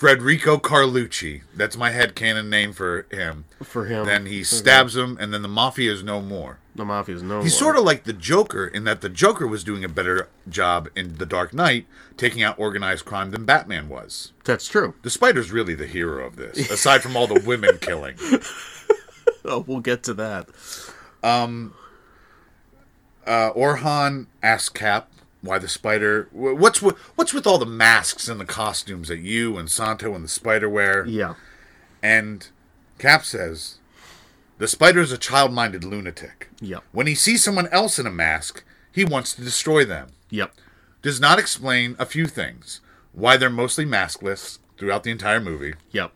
S1: Frederico Carlucci. That's my headcanon name for him.
S2: for him.
S1: Then he stabs him and then the mafia is no more.
S2: the mafia is no.
S1: He's sort of like the Joker in that the Joker was doing a better job in The Dark Knight taking out organized crime than Batman was.
S2: That's
S1: *laughs*
S2: true.
S1: The Spider's really the hero of this, aside from all the women killing.
S2: Oh, we'll get to that.
S1: Uh, Orhan asks Cap why the Spider. wh- What's with, what's with all the masks and the costumes that you and Santo and the Spider wear?
S2: Yeah.
S1: And Cap says, The Spider is a child minded lunatic.
S2: Yep.
S1: When he sees someone else in a mask, he wants to destroy them.
S2: Yep.
S1: does not explain a few things why they're mostly maskless throughout the entire movie.
S2: Yep.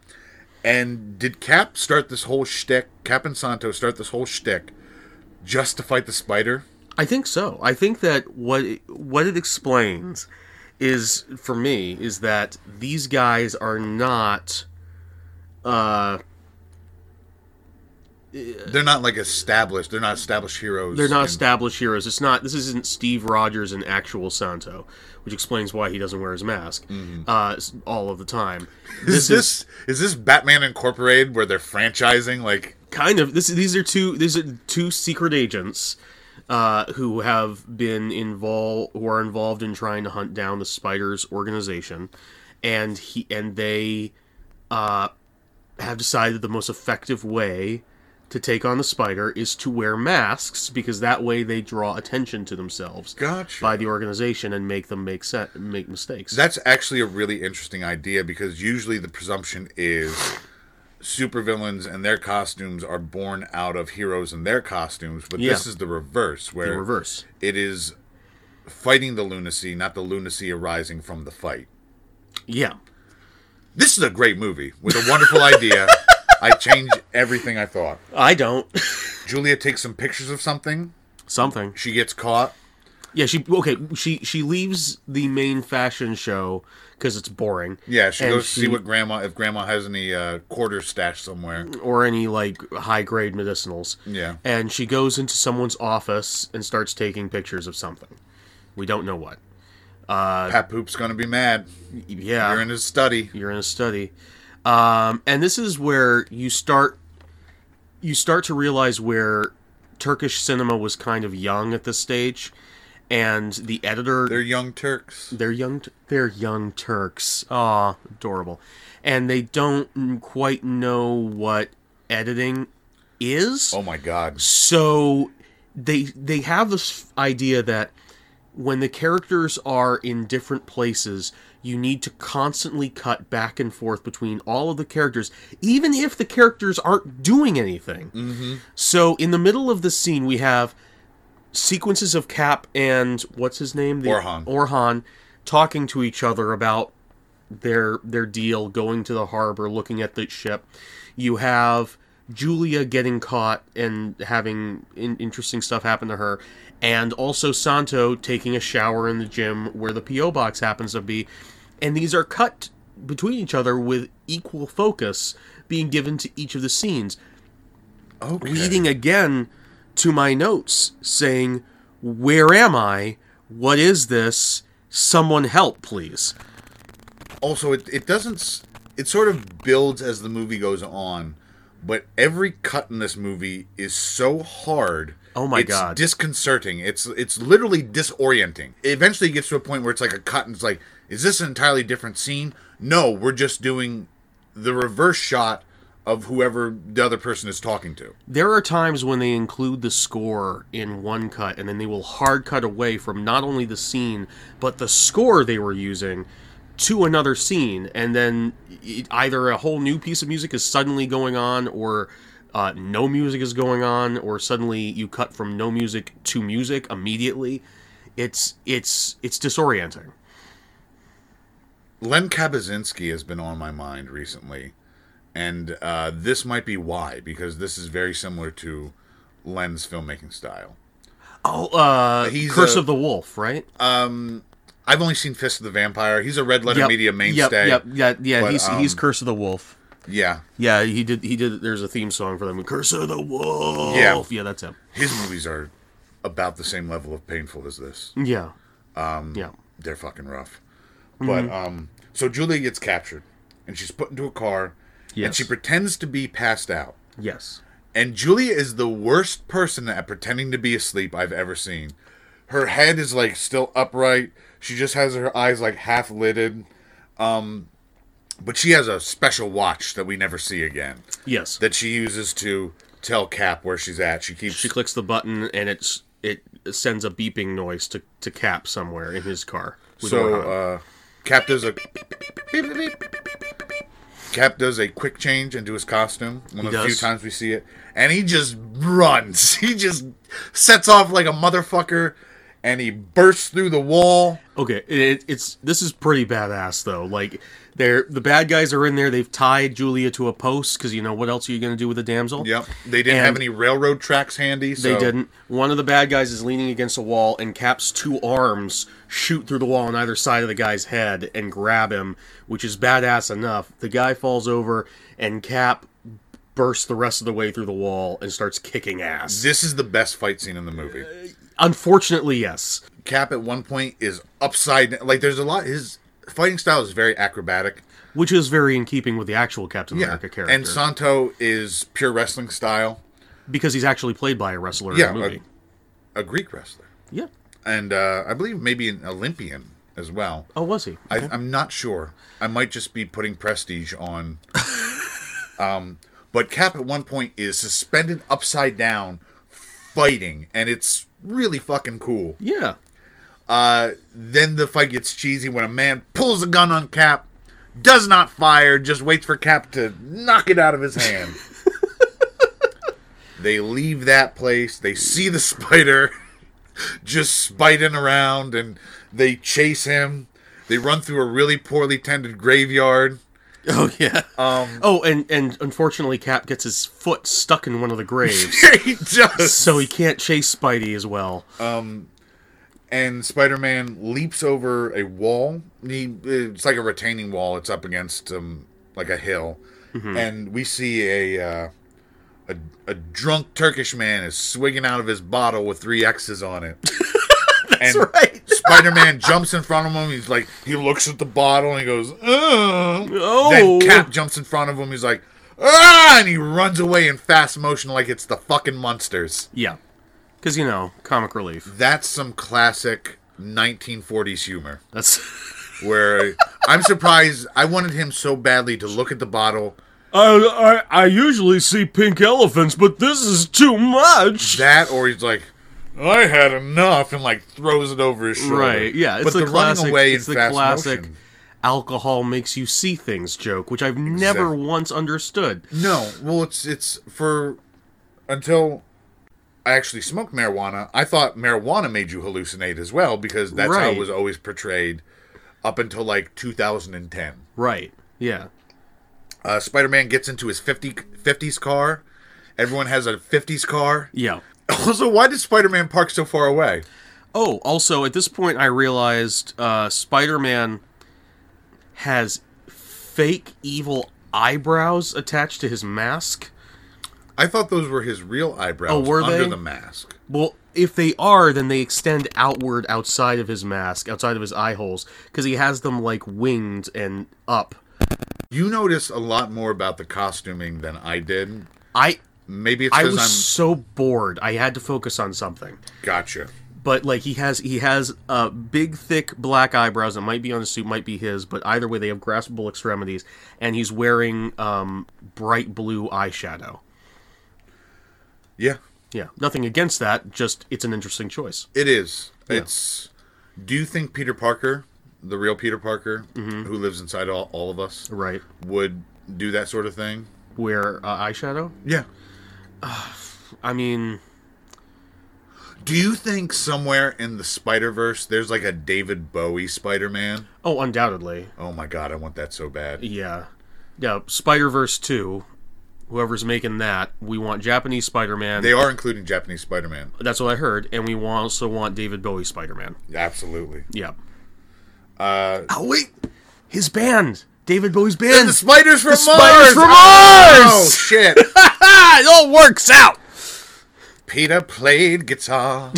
S1: And did Cap start this whole shtick? Cap and Santo start this whole shtick just to fight the spider?
S2: I think so. I think that what it, what it explains is for me is that these guys are not uh
S1: They're not like established. They're not established heroes.
S2: they're not
S1: in-
S2: established heroes. It's not this isn't Steve Rogers and actual Santo, which explains why he doesn't wear his mask uh s- all of the time.
S1: Mm-hmm. is this is this Batman Incorporated where they're franchising like
S2: kind of this these are two these are two secret agents uh, who have been involved who are involved in trying to hunt down the spider's organization and he and they uh, have decided the most effective way to take on the spider is to wear masks because that way they draw attention to themselves
S1: Gotcha.
S2: by the organization and make them make set make mistakes
S1: That's actually a really interesting idea because usually the presumption is supervillains and their costumes are born out of heroes and their costumes, but
S2: Yeah.
S1: this is the reverse where
S2: in reverse
S1: it is fighting the lunacy, not the lunacy arising from the fight.
S2: yeah
S1: This is a great movie with a
S2: *laughs*
S1: wonderful idea. I change everything I thought.
S2: i don't *laughs*
S1: Julia takes some pictures of something.
S2: something
S1: She gets caught.
S2: Yeah, she okay. She she leaves the main fashion show because it's boring.
S1: Yeah, she
S2: And
S1: goes to see what grandma if grandma has any uh, quarters stashed somewhere.
S2: or any like high grade medicinals.
S1: Yeah.
S2: and she goes into someone's office and starts taking pictures of something. We don't know what.
S1: Pat Poop's gonna be mad.
S2: Uh, Yeah,
S1: You're in his study.
S2: you're in a study, um, and this is where you start you start to realize where Turkish cinema was kind of young at this stage, and the editor
S1: They're young Turks.
S2: They're young. They're young Turks. Ah, adorable. And they don't quite know what editing is.
S1: Oh my god.
S2: So they they have this idea that when the characters are in different places, you need to constantly cut back and forth between all of the characters, even if the characters aren't doing anything. Mm-hmm. So in the middle of the scene, we have sequences of Cap and what's his name, the,
S1: Orhan.
S2: Orhan, talking to each other about their their deal going to the harbor looking at the ship you have julia getting caught and having in- interesting stuff happen to her and also santo taking a shower in the gym where the po box happens to be and these are cut between each other with equal focus being given to each of the scenes
S1: Okay.
S2: leading again to my notes saying where am i what is this? Someone help, please.
S1: also it, it doesn't s- it sort of builds as the movie goes on but every cut in this movie is so hard
S2: Oh my
S1: it's
S2: God.
S1: disconcerting it's it's literally disorienting it eventually gets to a point where it's like a cut and it's like is this an entirely different scene no we're just doing the reverse shot of whoever the other person is talking to
S2: There are times when they include the score in one cut and then they will hard cut away from not only the scene, but the score they were using to another scene. And then it, either a whole new piece of music is suddenly going on, or uh, no music is going on, or suddenly you cut from no music to music immediately. It's it's it's disorienting.
S1: Len Kabazinski has been on my mind recently, and uh, this might be why because this is very similar to Len's filmmaking style.
S2: Oh, uh,
S1: He's
S2: Curse
S1: a-
S2: of the Wolf, right?
S1: I've only seen Fist of the Vampire. He's a Red Letter
S2: Yep,
S1: Media
S2: yep,
S1: mainstay.
S2: Yep, yeah, yeah.
S1: But, um,
S2: he's he's Curse of the Wolf.
S1: Yeah,
S2: Yeah, he did. He did. There's a theme song for them. Curse of the Wolf.
S1: Yeah.
S2: yeah, that's him.
S1: his movies are about the same level of painful as this.
S2: Yeah. Um. Yeah.
S1: They're fucking rough.
S2: Mm-hmm.
S1: But um, so Julia gets captured, and she's put into a car, and
S2: Yes.
S1: she pretends to be passed out.
S2: Yes.
S1: And Julia is the worst person at pretending to be asleep I've ever seen. Her head is like still upright. She just has her eyes like half lidded. Um, but she has a special watch that we never see again
S2: Yes.
S1: that she uses to tell Cap where she's at. She keeps.
S2: she clicks the button and it's it sends a beeping noise to to Cap somewhere in his car. with
S1: so
S2: Orhan.
S1: uh, Cap does a. Cap does a quick change into his costume. One of the few
S2: does.
S1: times we see it, and he just runs. *laughs* He just sets off like a motherfucker, and he bursts through the wall.
S2: Okay, it, it's this is pretty badass though. Like they're the bad guys are in there. They've tied Julia to a post because you know what else are you going to do with a damsel?
S1: Yep, they didn't have
S2: And-
S1: any railroad tracks handy. So
S2: They didn't. One of the bad guys is leaning against a wall, and Cap's two arms shoot through the wall on either side of the guy's head and grab him, which is badass enough. The guy falls over, and Cap bursts the rest of the way through the wall and starts kicking ass.
S1: This is the best fight scene in the movie.
S2: Unfortunately, yes.
S1: Cap at one point is upside like there's a lot his fighting style is very acrobatic.
S2: Which is very in keeping with the actual Captain America character.
S1: And Santo is pure wrestling style,
S2: because he's actually played by a wrestler
S1: Yeah, uh,
S2: in the movie.
S1: a Greek wrestler,
S2: yeah.
S1: and uh, I believe maybe an Olympian as well.
S2: Oh, was he?
S1: I, I'm not sure. I might just be putting prestige on. um, but Cap at one point is suspended upside down, fighting, and it's really fucking cool. *laughs*
S2: yeah.
S1: Uh, then the fight gets cheesy when a man pulls a gun on Cap, does not fire, just waits for Cap to knock it out of his hand. they leave that place. They see the spider *laughs* just spiting around and they chase him. They run through a really poorly tended graveyard.
S2: Oh yeah.
S1: *laughs*
S2: Um, oh, and and unfortunately, Cap gets his foot stuck in one of the graves.
S1: he does.
S2: so he can't chase Spidey as well.
S1: And Spider Man leaps over a wall. He, it's like a retaining wall, it's up against um, like a hill.
S2: Mm-hmm.
S1: And we see a. Uh, a, a drunk Turkish man is swigging out of his bottle with three X's on
S2: *laughs*
S1: it. That's
S2: right. *laughs*
S1: Spider Man jumps in front of him. He's like, he looks at the bottle and he goes, Ugh.
S2: Oh.
S1: Then Cap jumps in front of him. He's like, ah, and he runs away in fast motion like it's the fucking monsters.
S2: yeah, because you know, comic relief.
S1: That's some classic 1940s humor.
S2: That's *laughs*
S1: Where I'm surprised, I wanted him so badly to look at the bottle.
S2: I, I I usually see pink elephants, but this is too much.
S1: That or he's like, I had enough, and like throws it over his shoulder.
S2: Right? Yeah, it's
S1: but
S2: the,
S1: the,
S2: classic.
S1: running away
S2: it's
S1: in
S2: the
S1: fast
S2: classic.
S1: motion.
S2: Alcohol makes you see things joke, which I've never
S1: Exact-
S2: once understood.
S1: No, well, it's it's for until I actually smoked marijuana. I thought marijuana made you hallucinate as well because that's how it
S2: Right.
S1: was always portrayed up until like 2010.
S2: Right? Yeah.
S1: Uh, Spider-Man gets into his 50 50s car. Everyone has a 50s car. *laughs*
S2: Yeah.
S1: Also, why did Spider-Man park so far away?
S2: Oh, also at this point, I realized uh, Spider-Man has fake evil eyebrows attached to his mask.
S1: I thought those were his real eyebrows
S2: Oh, were
S1: under
S2: they?
S1: the mask.
S2: Well, if they are, then they extend outward outside of his mask, outside of his eye holes, because he has them like winged and up.
S1: You notice a lot more about the costuming than I did.
S2: I
S1: Maybe it's
S2: I
S1: because
S2: was
S1: I'm
S2: so bored. I had to focus on something.
S1: gotcha.
S2: But like he has he has uh big thick black eyebrows. It might be on the suit, might be his, but either way they have graspable extremities, and he's wearing um bright blue eyeshadow.
S1: Yeah,
S2: Yeah, nothing against that. Just it's an interesting choice.
S1: it is. It's. Do you think Peter Parker, the real Peter Parker,
S2: Mm-hmm.
S1: who lives inside all, all of us,
S2: Right.
S1: would do that sort of thing?
S2: Wear uh, eyeshadow.
S1: Yeah.
S2: I mean,
S1: Do you think somewhere in the Spider Verse there's like a David Bowie Spider Man?
S2: oh, undoubtedly.
S1: Oh my god, I want that so bad.
S2: Yeah. Yeah, Spider Verse 2. Whoever's making that, we want Japanese Spider Man.
S1: They are including Japanese Spider Man.
S2: That's what I heard. And we wa- also want David Bowie Spider Man.
S1: Absolutely.
S2: Yeah. Uh, oh, wait. His band. David Bowie's band.
S1: The *laughs* spiders from Mars.
S2: Spiders from
S1: Oh
S2: Mars!
S1: shit. *laughs*
S2: it all works out.
S1: Peter played guitar,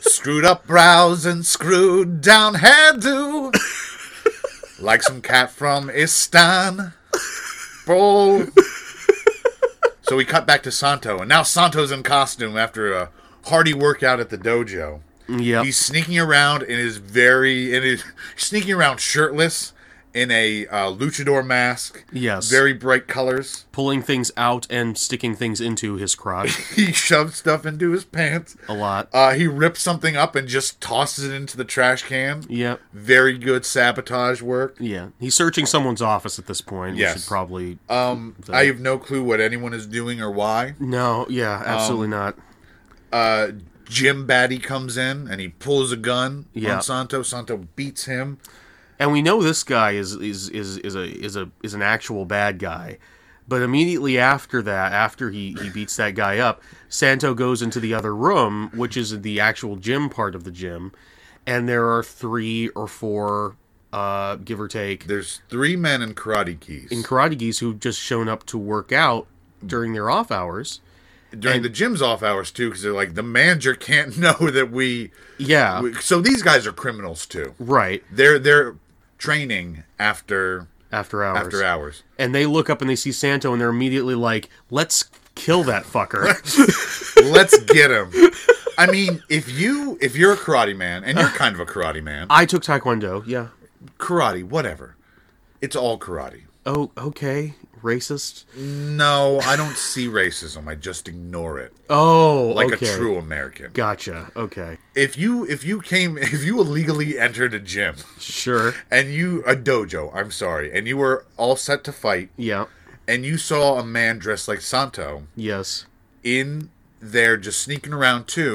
S1: screwed up brows and screwed down hairdo, like some cat from Istanbul. so we cut back to Santo, and now Santo's in costume after a hearty workout at the dojo.
S2: Yeah.
S1: He's sneaking around in his very in his sneaking around shirtless in a uh, luchador mask.
S2: Yes.
S1: Very bright colors.
S2: Pulling things out and sticking things into his crotch
S1: He shoves stuff into his pants.
S2: a lot.
S1: *laughs* Uh, he rips something up and just tosses it into the trash can.
S2: yeah.
S1: Very good sabotage work.
S2: Yeah. He's searching someone's office at this point. We
S1: Yes.
S2: should probably.
S1: Um, I have no clue what anyone is doing or why.
S2: no, yeah,
S1: Um,
S2: absolutely not.
S1: Uh, Jim Batty comes in and he pulls a gun
S2: Yeah.
S1: on Santo. Santo beats him.
S2: and we know this guy is is is is a is a is an actual bad guy. But immediately after that, after he, he beats that guy up, Santo goes into the other room, which is the actual gym part of the gym, and there are three or four, uh, give or take,
S1: There's three men in karate keys
S2: karate geese who've just shown up to work out during their off hours.
S1: during the gym's off hours too, because they're like the manager can't *laughs* know that we.
S2: Yeah,
S1: we- So these guys are criminals too.
S2: right
S1: They're they're training after
S2: after hours.
S1: after hours.
S2: and they look up and they see Santo, and they're immediately like, "Let's kill that fucker." *laughs*
S1: Let's get him. I mean, if you if you're a karate man and you're kind of a karate man,
S2: I took taekwondo. Yeah.
S1: karate, whatever. It's all karate.
S2: Oh, okay. Racist.
S1: No, I don't see racism. I just ignore it
S2: Oh,
S1: like
S2: okay.
S1: a true American.
S2: Gotcha. Okay.
S1: If you if you came *laughs* if you illegally entered a gym
S2: Sure.
S1: and you a dojo, I'm sorry, and you were all set to fight
S2: Yeah.
S1: and you saw a man dressed like Santo
S2: Yes.
S1: in there just sneaking around too,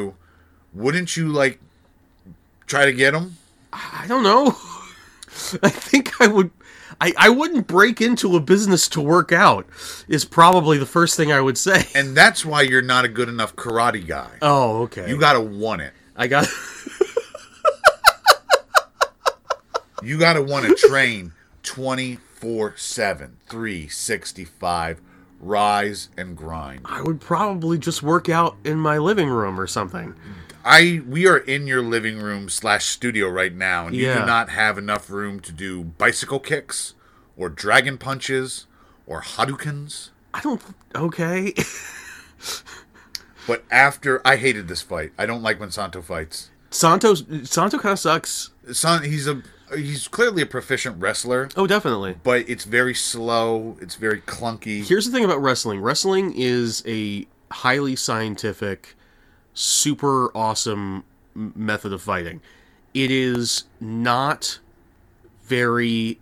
S1: wouldn't you like try to get him?
S2: I don't know. *laughs* I think I would. I, I wouldn't break into a business to work out is probably the first thing I would say.
S1: And that's why you're not a good enough karate guy.
S2: Oh, okay.
S1: You gotta want it.
S2: I got.
S1: You gotta want to train 24 7, 365, rise and grind.
S2: I would probably just work out in my living room or something.
S1: I we are in your living room slash studio right now, and you
S2: Yeah.
S1: do not have enough room to do bicycle kicks or dragon punches or Hadoukens.
S2: I don't. Okay. *laughs*
S1: But after I hated this fight. I don't like when Santo fights.
S2: Santo. Santo kind of sucks.
S1: San, he's a he's clearly a proficient wrestler,
S2: Oh, definitely.
S1: but it's very slow, it's very clunky.
S2: Here's the thing about wrestling. Wrestling is a highly scientific, super awesome m- method of fighting. It is not very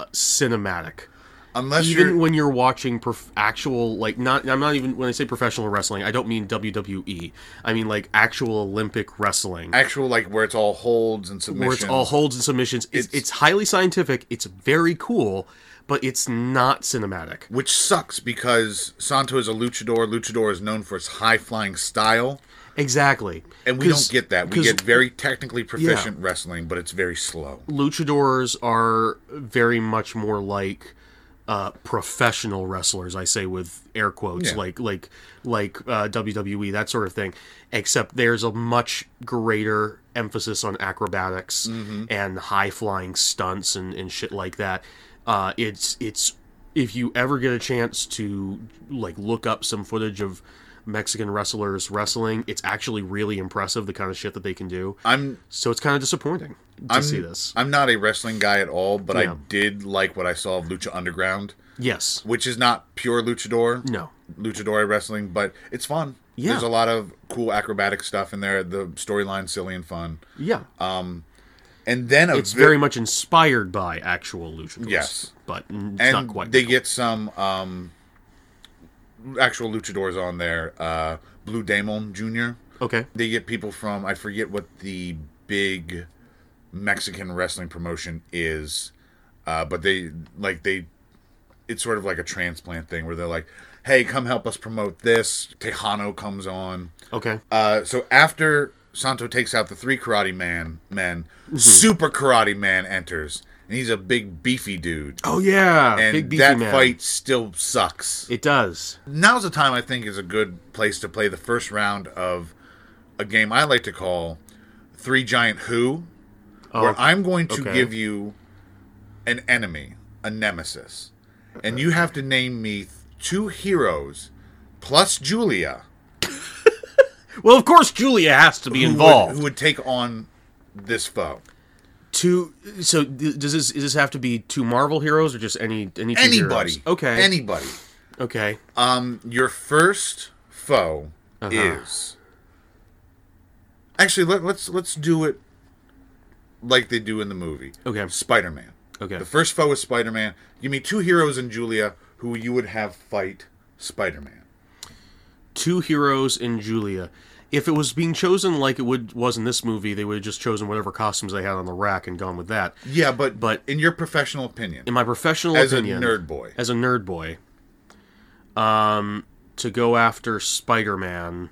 S2: uh, cinematic.
S1: Unless
S2: Even
S1: you're
S2: when you're watching prof- actual, like, not, I'm not even, when I say professional wrestling, I don't mean WWE. I mean, like, actual Olympic wrestling,
S1: actual like where it's all holds and submissions.
S2: where it's all holds and submissions. It's,
S1: It's-
S2: it's highly scientific, it's very cool, but it's not cinematic.
S1: which sucks because Santo is a luchador. Luchador is known for his high flying style,
S2: Exactly.
S1: and we don't
S2: 'Cause-
S1: get that. We
S2: 'cause
S1: get very technically proficient wrestling, but it's very slow.
S2: luchadors are very much more like uh, professional wrestlers. I say with air quotes,
S1: Yeah.
S2: like like like uh, WWE that sort of thing. Except there's a much greater emphasis on acrobatics
S1: Mm-hmm.
S2: and high flying stunts and, and shit like that. Uh, it's it's if you ever get a chance to like look up some footage of Mexican wrestlers wrestling, it's actually really impressive the kind of shit that they can do.
S1: I'm
S2: So it's kind of disappointing to
S1: I'm,
S2: see this.
S1: I'm not a wrestling guy at all, but I
S2: Yeah.
S1: did like what I saw of Lucha Underground,
S2: Yes.
S1: which is not pure luchador.
S2: No.
S1: luchador wrestling, but it's fun.
S2: Yeah.
S1: There's a lot of cool acrobatic stuff in there. The storyline's silly and fun.
S2: Yeah.
S1: And then a
S2: it's
S1: Uh, very
S2: very much inspired by actual luchadors.
S1: Yes.
S2: But n- it's
S1: and
S2: not quite.
S1: they get some um, actual luchadors on there. Uh, Blue Demon Jr.
S2: okay.
S1: They get people from I forget what the big Mexican wrestling promotion is, uh, but they like they it's sort of like a transplant thing where they're like, "Hey, come help us promote this." Tejano comes on.
S2: Okay.
S1: Uh, so after Santo takes out the three karate man men,
S2: Mm-hmm.
S1: Super Karate Man enters, and he's a big beefy dude.
S2: oh yeah.
S1: And
S2: Big beefy
S1: that
S2: man.
S1: fight still sucks.
S2: It does.
S1: Now's the time I think is a good place to play the first round of a game I like to call Three Giant Who, where I'm going to
S2: Oh, okay.
S1: give you an enemy, a nemesis, and you have to name me th- two heroes plus Julia.
S2: Well, of course, Julia has to be
S1: who would-
S2: involved.
S1: who would take on this foe.
S2: Two. So th- does this? Does this have to be two Marvel heroes or just any any two
S1: Anybody.
S2: heroes? Okay.
S1: Anybody.
S2: okay.
S1: Um, your first foe
S2: Uh-huh.
S1: is actually let, let's let's do it like they do in the movie.
S2: Okay.
S1: Spider Man.
S2: Okay.
S1: The first foe is Spider Man. Give me two heroes and Julia who you would have fight Spider Man.
S2: two heroes and Julia. If it was being chosen like it would was in this movie, they would have just chosen whatever costumes they had on the rack and gone with that.
S1: Yeah, but
S2: But-
S1: in your professional opinion,
S2: In my professional
S1: as
S2: opinion,
S1: a nerd boy,
S2: as a nerd boy, um, to go after Spider Man,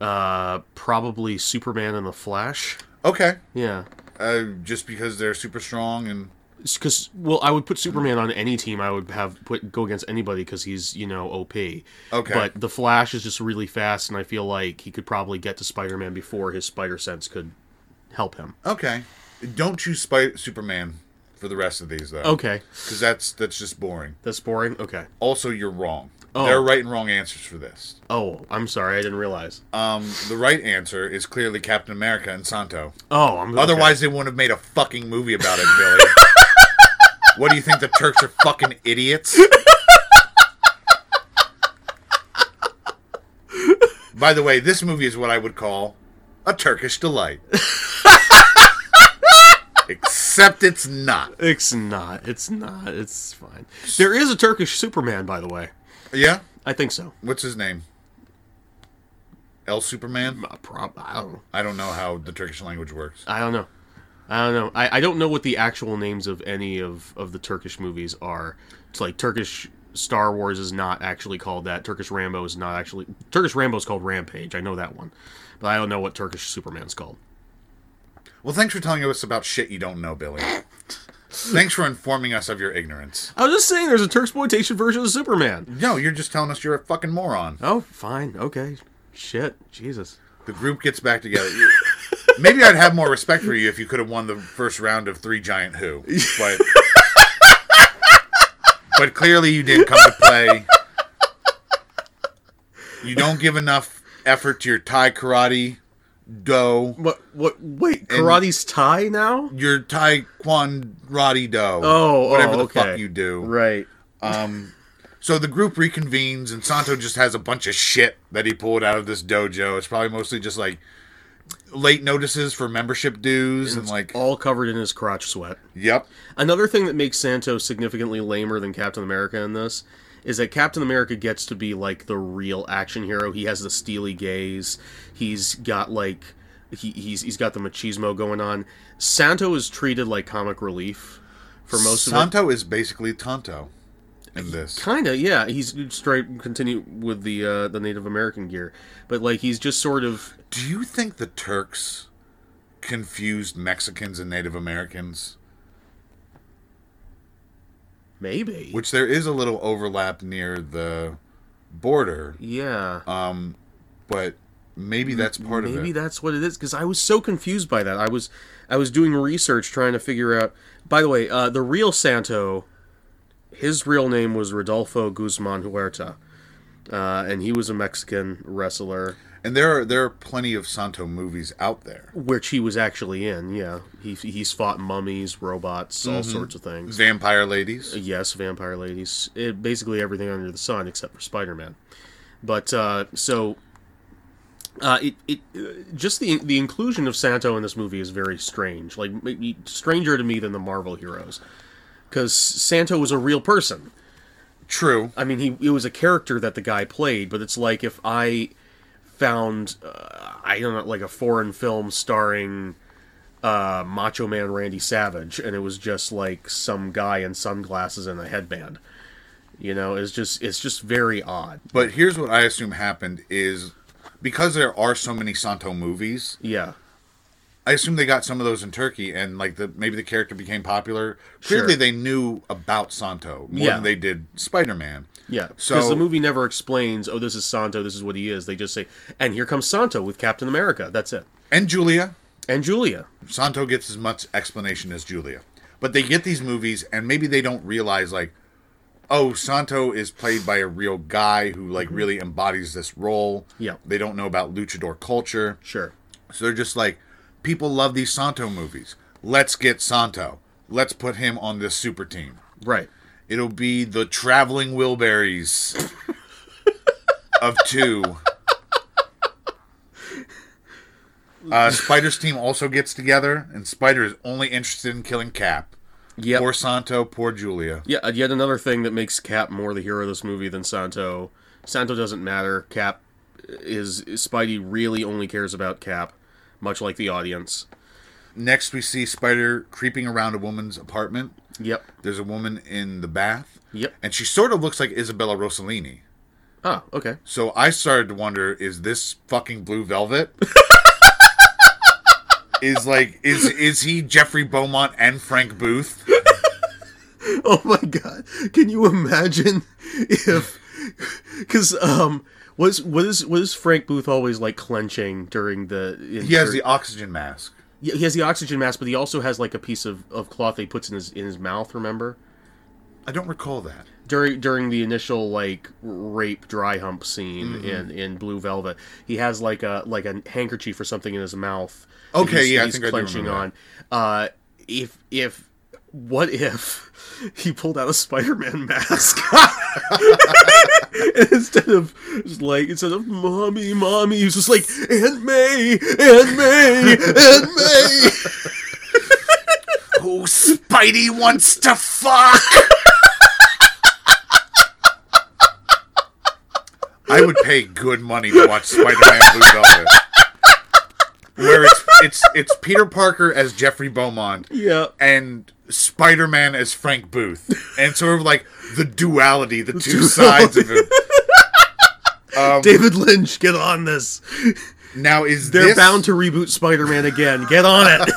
S2: uh, probably Superman and the Flash.
S1: okay,
S2: Yeah,
S1: uh, just because they're super strong and
S2: because well, I would put Superman on any team. I would have put go against anybody because he's you know OP. Okay, but the Flash is just really fast, and I feel like he could probably get to Spider Man before his spider sense could help him.
S1: okay, don't choose Spider Superman for the rest of these though,
S2: Okay,
S1: because that's that's just boring.
S2: that's boring. Okay.
S1: Also, you're wrong.
S2: Oh.
S1: There are right and wrong answers for this.
S2: Oh, I'm sorry, I didn't realize.
S1: Um, the right answer is clearly Captain America and Santo.
S2: oh, I'm okay.
S1: Otherwise, they wouldn't have made a fucking movie about it,
S2: *laughs*
S1: Billy. what do you think? The Turks are fucking idiots. By the way, this movie is what I would call a Turkish
S2: *laughs*
S1: delight. Except it's not.
S2: It's not. It's not. It's fine. There is a Turkish Superman, by the way.
S1: Yeah?
S2: I think so.
S1: What's his name? El Superman?
S2: Uh, prob- I don't know.
S1: I don't know how the Turkish language works.
S2: I don't know. I don't know. I, I don't know what the actual names of any of, of the Turkish movies are. It's like Turkish Star Wars is not actually called that. Turkish Rambo is not actually Turkish Rambo is called Rampage. I know that one, but I don't know what Turkish Superman's called.
S1: Well, thanks for telling us about shit you don't know, Billy. thanks for informing us of your ignorance.
S2: I was just saying, there's a Turksploitation version of Superman.
S1: No, you're just telling us you're a fucking moron.
S2: Oh, fine. Okay. Shit. Jesus.
S1: The group gets back together. You- Maybe I'd have more respect for you if you could have won the first round of Three Giant Who. But, but clearly you didn't come to play. You don't give enough effort to your Thai karate do,
S2: What? What? Wait. Karate's Thai now?
S1: your Taekwondo do.
S2: Oh, oh,
S1: whatever the
S2: okay.
S1: fuck you do.
S2: Right.
S1: So the group reconvenes, and Santo just has a bunch of shit that he pulled out of this dojo. It's probably mostly just like late notices for membership dues and like,
S2: All covered in his crotch sweat.
S1: yep,
S2: Another thing that makes Santo significantly lamer than Captain America in this is that Captain America gets to be like the real action hero. He has the steely gaze. He's got like he, he's he's got the machismo going on. Santo is treated like comic relief for most of it.
S1: Santo is basically Tonto in this.
S2: Kinda, yeah. He's straight continue with the uh, the Native American gear, but like he's just sort of
S1: Do you think the Turks confused Mexicans and Native Americans?
S2: Maybe.
S1: which there is a little overlap near the border, um,
S2: yeah.
S1: but maybe that's part of it.
S2: Maybe that's what it is because I was so confused by that. I was I was doing research trying to figure out. By the way, uh, the real Santo, his real name was Rodolfo Guzman Huerta, uh, and he was a Mexican wrestler,
S1: And there are there are plenty of Santo movies out there.
S2: which he was actually in. Yeah, he he's fought mummies, robots, all
S1: Mm-hmm.
S2: sorts of things.
S1: Vampire Ladies.
S2: Yes, vampire ladies. It, basically everything under the sun except for Spider Man. But uh, so, uh, it, it uh, just the the inclusion of Santo in this movie is very strange. Like maybe stranger to me than the Marvel heroes, because Santo was a real person.
S1: True.
S2: I mean, he it was a character that the guy played, but it's like if I found uh, I don't know like a foreign film starring uh, Macho Man Randy Savage, and it was just like some guy in sunglasses and a headband. You know, it's just it's just very odd.
S1: But here's what I assume happened is because there are so many Santo movies,
S2: Yeah,
S1: I assume they got some of those in Turkey and like the maybe the character became popular. Clearly
S2: Sure.
S1: they knew about Santo more
S2: Yeah.
S1: than they did Spider Man.
S2: yeah. Because
S1: So-
S2: the movie never explains. Oh, this is Santo. This is what he is. They just say, and here comes Santo with Captain America. That's it.
S1: And Julia.
S2: And Julia.
S1: Santo gets as much explanation as Julia. But they get these movies and maybe they don't realize like oh, Santo is played by a real guy who like really embodies this role.
S2: Mm-hmm. Yeah.
S1: They don't know about luchador culture.
S2: Sure.
S1: So they're just like, people love these Santo movies. Let's get Santo. Let's put him on this super team.
S2: Right.
S1: It'll be the traveling Wilburys of two. Uh, Spider's team also gets together, and Spider is only interested in killing Cap.
S2: Yeah.
S1: Poor Santo, poor Julia.
S2: Yeah, uh, yet another thing that makes Cap more the hero of this movie than Santo. Santo doesn't matter. Cap is Spidey really only cares about Cap, much like the audience.
S1: Next, we see Spider creeping around a woman's apartment.
S2: Yep.
S1: There's a woman in the bath.
S2: Yep.
S1: And she sort of looks like Isabella Rossellini.
S2: Oh, okay.
S1: So I started to wonder: Is this fucking Blue *laughs* Velvet? is like is is he Jeffrey Beaumont and Frank Booth?
S2: *laughs* Oh my god. Can you imagine if *laughs* cuz um what is what is what is Frank Booth always like clenching during the in,
S1: He has
S2: dur-
S1: the oxygen mask.
S2: Yeah, he has the oxygen mask, but he also has like a piece of, of cloth that he puts in his in his mouth, remember?
S1: I don't recall that.
S2: during during the initial like rape dry hump scene
S1: Mm-hmm.
S2: in in Blue Velvet, he has like a like a handkerchief or something in his mouth. that
S1: Okay,
S2: he's,
S1: yeah, I
S2: he's
S1: think I do
S2: clenching on.
S1: remember
S2: Uh, if if what if *laughs* he pulled out a Spider-Man mask *laughs* instead of just like instead of mommy, mommy, he's just like Aunt May, Aunt May, Aunt
S1: *laughs*
S2: May.
S1: Oh, Spidey wants to fuck. I would pay good money to watch Spider-Man Blue Velvet, where it's it's it's Peter Parker as Jeffrey Beaumont,
S2: yeah.
S1: and Spider Man as Frank Booth, and sort of like the duality, the two sides of
S2: *laughs*
S1: it. Um,
S2: David Lynch, get on this.
S1: Now is
S2: They're
S1: this
S2: bound to reboot Spider-Man again. Get on it.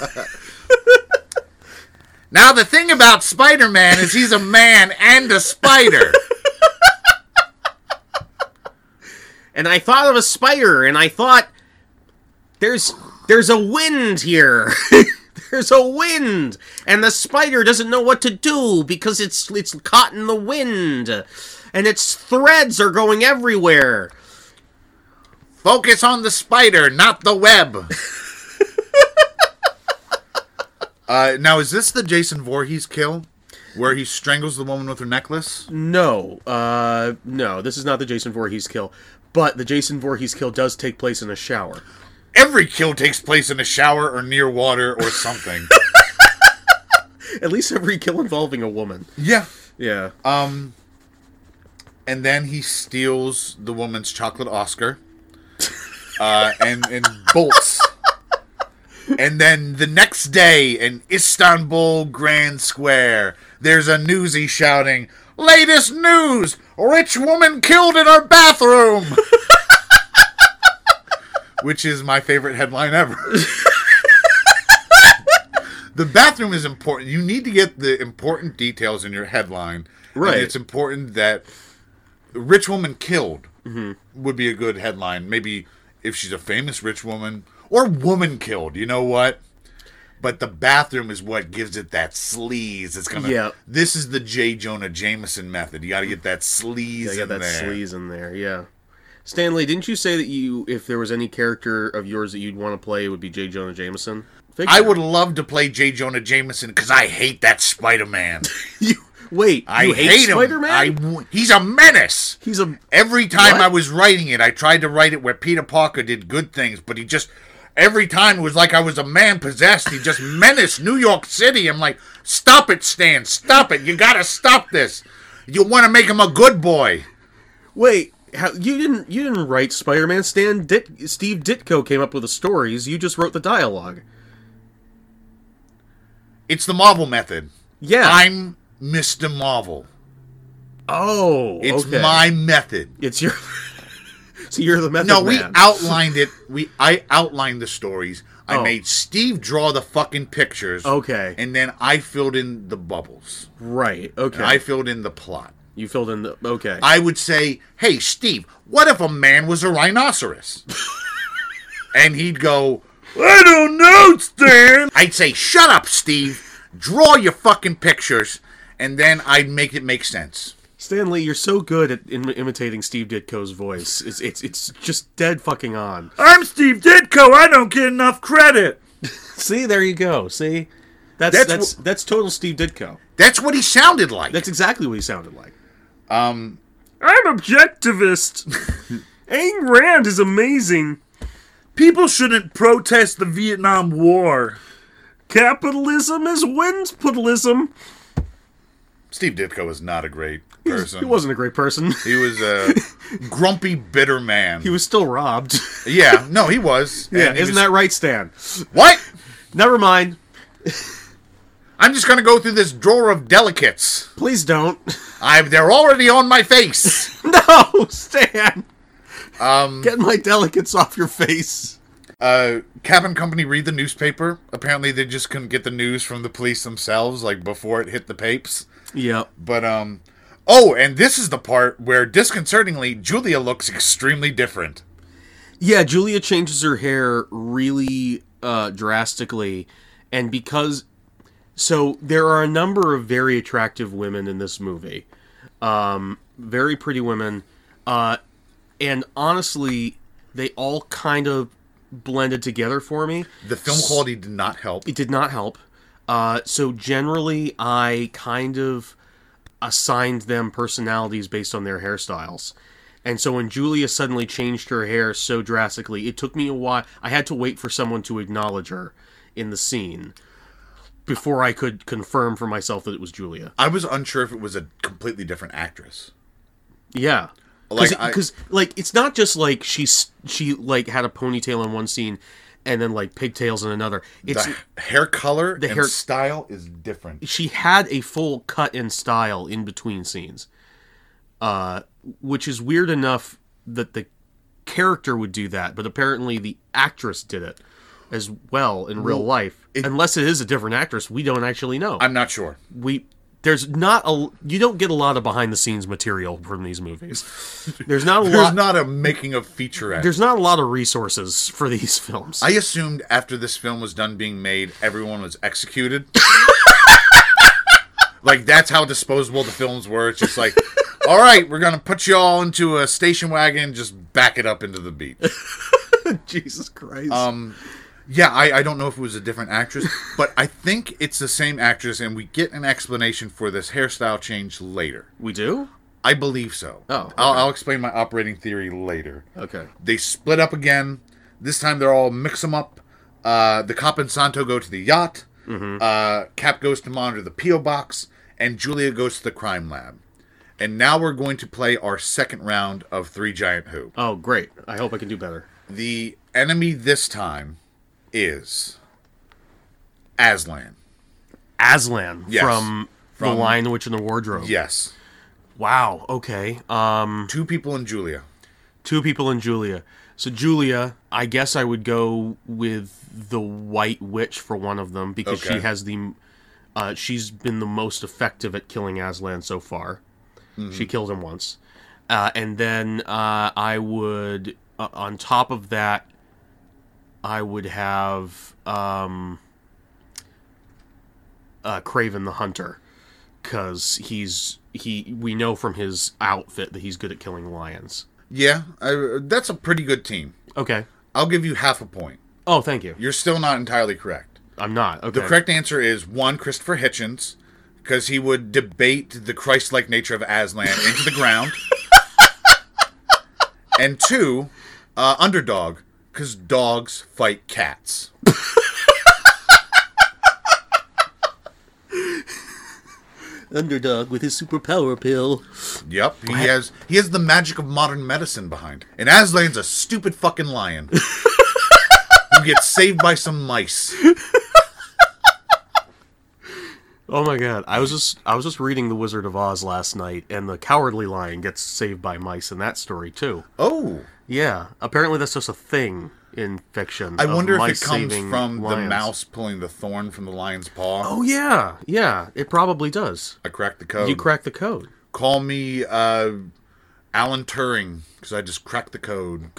S1: now the thing about Spider Man is he's a man and a spider.
S2: *laughs* and I thought of a spider, and I thought there's there's a wind here. *laughs* there's a wind, and the spider doesn't know what to do because it's it's caught in the wind, and its threads are going everywhere.
S1: Focus on the spider, not the
S2: *laughs*
S1: web. uh, now is this the Jason Voorhees kill, where he strangles the woman with her necklace?
S2: Mm. No, uh, no, this is not the Jason Voorhees kill, but the Jason Voorhees kill does take place in a shower.
S1: Every kill takes place in a shower or near water or
S2: *laughs*
S1: something.
S2: At least every kill involving a woman.
S1: yeah.
S2: Yeah.
S1: Um, and then he steals the woman's chocolate Oscar, uh, and and bolts. And then the next day in Istanbul Grand Square, there's a newsie shouting, "Latest news: Rich woman killed in her bathroom," which is my favorite headline ever. the bathroom is important. You need to get the important details in your headline. And
S2: Right.
S1: it's important that rich woman killed would be a good headline. Maybe if she's a famous rich woman or woman killed. You know what? But the bathroom is what gives it that sleaze. It's gonna.
S2: Yeah.
S1: This is the J. Jonah Jameson method. You got to get that sleaze.
S2: I got
S1: in
S2: that
S1: there.
S2: sleaze in there. Yeah. Stanley, didn't you say that you, if there was any character of yours that you'd want to play, it would be J. Jonah Jameson?
S1: I would love to play J. Jonah Jameson because I hate that Spider
S2: *laughs*
S1: Man.
S2: *laughs* you wait.
S1: I
S2: you hate,
S1: hate, him.
S2: Spider-Man.
S1: I w- he's a menace.
S2: He's a
S1: Every time
S2: What?
S1: I was writing it, I tried to write it where Peter Parker did good things, but he just every time it was like I was a man possessed. He
S2: *laughs*
S1: just menaced New York City. I'm like, stop it, Stan, stop it. You gotta stop this. You want to make him a good boy?
S2: wait. How, you didn't you didn't write Spider-Man. Stan Dit, Steve Ditko came up with the stories. You just wrote the dialogue.
S1: It's the Marvel method.
S2: Yeah.
S1: I'm Mister Marvel.
S2: oh,
S1: It's
S2: okay.
S1: my method.
S2: It's your. *laughs* so you're the method
S1: No, we
S2: man.
S1: outlined it. We I outlined the stories. I
S2: Oh.
S1: made Steve draw the fucking pictures.
S2: Okay.
S1: And then I filled in the bubbles.
S2: right. Okay.
S1: I filled in the plot.
S2: you filled in the. Okay.
S1: I would say, "Hey Steve, what if a man was a *laughs* rhinoceros?" and he'd go, "I don't know, Stan." I'd say, "Shut up, Steve. Draw your fucking pictures." And then I'd make it make sense.
S2: Stanley, you're so good at Im- imitating Steve Ditko's voice. It's it's it's just dead fucking on.
S1: I'm Steve Ditko. I don't get enough credit.
S2: See, there you go. See, that's
S1: That's
S2: that's that's, total Steve Ditko.
S1: That's what he sounded like.
S2: That's exactly what he sounded like.
S1: um
S2: I'm objectivist. *laughs* Ayn Rand is amazing.
S1: People shouldn't protest the Vietnam War.
S2: Capitalism is windpitalism.
S1: Steve Ditko was not a great person.
S2: He wasn't a great person. *laughs*
S1: He was *laughs* a grumpy, bitter man.
S2: He was still robbed.
S1: *laughs* Yeah, no, he was.
S2: yeah,
S1: And he
S2: isn't
S1: was-
S2: that right, Stan?
S1: what?
S2: Never mind.
S1: I'm just gonna go through this drawer of delicates.
S2: Please don't. *laughs*
S1: I'm. They're already on my face.
S2: no, Stan. Um, Get my delicates off your face.
S1: *laughs* uh, cabin company read the newspaper. Apparently, they just couldn't get the news from the police themselves, like before it hit the papes.
S2: Yep.
S1: But um, oh, and this is the part where disconcertingly, Julia looks extremely different.
S2: Yeah, Julia changes her hair really uh, drastically, and because so there are a number of very attractive women in this movie, um, very pretty women, uh, and honestly, they all kind of blended together for me.
S1: The film quality did not help.
S2: It did not help. Uh, so generally, I kind of assigned them personalities based on their hairstyles. And so when Julia suddenly changed her hair so drastically, it took me a while. I had to wait for someone to acknowledge her in the scene before I could confirm for myself that it was Julia.
S1: I was unsure if it was a completely different actress.
S2: Yeah.
S1: Like,
S2: Because,
S1: I-
S2: like, it's not just like she's she like had a ponytail in one scene, and then like pigtails in another. It's
S1: The hair color and
S2: hair-
S1: style is different.
S2: she had a full cut and style in between scenes, uh, which is weird enough that the character would do that, but apparently the actress did it as well in real life. Unless it is a different actress, we don't actually know.
S1: I'm not sure.
S2: we there's not a you don't get a lot of behind the scenes material from these *laughs* movies. There's not a
S1: There's
S2: lot.
S1: not a making of featurette.
S2: there's not a lot of resources for these films.
S1: I assumed after this film was done being made, everyone was
S2: *laughs*
S1: executed. like that's how disposable the films were. It's just like, all right, we're gonna put you all into a station wagon, and just back it up into the
S2: *laughs*
S1: beach.
S2: *laughs* Jesus Christ.
S1: Um, yeah, I, I don't know if it was a different actress, but I think it's the same actress, and we get an explanation for this hairstyle change later.
S2: we do?
S1: I believe so.
S2: Oh, okay.
S1: I'll, I'll explain my operating theory later.
S2: Okay.
S1: They split up again. This time they're all mix them up. Uh, the cop and Santo go to the yacht. Uh, Cap goes to monitor the PO box, and Julia goes to the crime lab. And now we're going to play our second round of Three Giant Who.
S2: Oh, great. I hope I can do better.
S1: The enemy this time is Aslan.
S2: Aslan
S1: Yes.
S2: from,
S1: From-
S2: The Lion, the Witch, and the Wardrobe.
S1: Yes,
S2: Wow. Okay. Um,
S1: two people and Julia.
S2: two people and Julia. So Julia, I guess I would go with the White Witch for one of them because
S1: Okay.
S2: she has the uh, she's been the most effective at killing Aslan so far. She killed him once, uh, and then uh, I would uh, on top of that I would have um, uh, Craven the Hunter because he's he we know from his outfit that he's good at killing lions.
S1: Yeah, I, that's a pretty good team.
S2: Okay.
S1: I'll give you half a point.
S2: Oh, thank you.
S1: You're still not entirely correct.
S2: I'm not. Okay.
S1: The correct answer is one Christopher Hitchens, because he would debate the Christ-like nature of Aslan into the ground,
S2: *laughs*
S1: and two, uh, underdog, because dogs fight cats.
S3: Underdog with his superpower pill.
S1: Yep, he has he has the magic of modern medicine behind, and Aslan's a stupid fucking
S2: *laughs*
S1: lion who gets saved by some mice.
S2: Oh my god. I was just I was just reading The Wizard of Oz last night and the cowardly lion gets saved by mice in that story too.
S1: Oh,
S2: Yeah. Apparently that's just a thing in fiction.
S1: I
S2: of
S1: wonder if
S2: mice
S1: it comes
S2: saving
S1: from the
S2: lions.
S1: mouse pulling the thorn from the lion's paw.
S2: Oh yeah. Yeah, it probably does.
S1: I cracked the code.
S2: You crack the code.
S1: Call me uh, Alan Turing because I just cracked the code.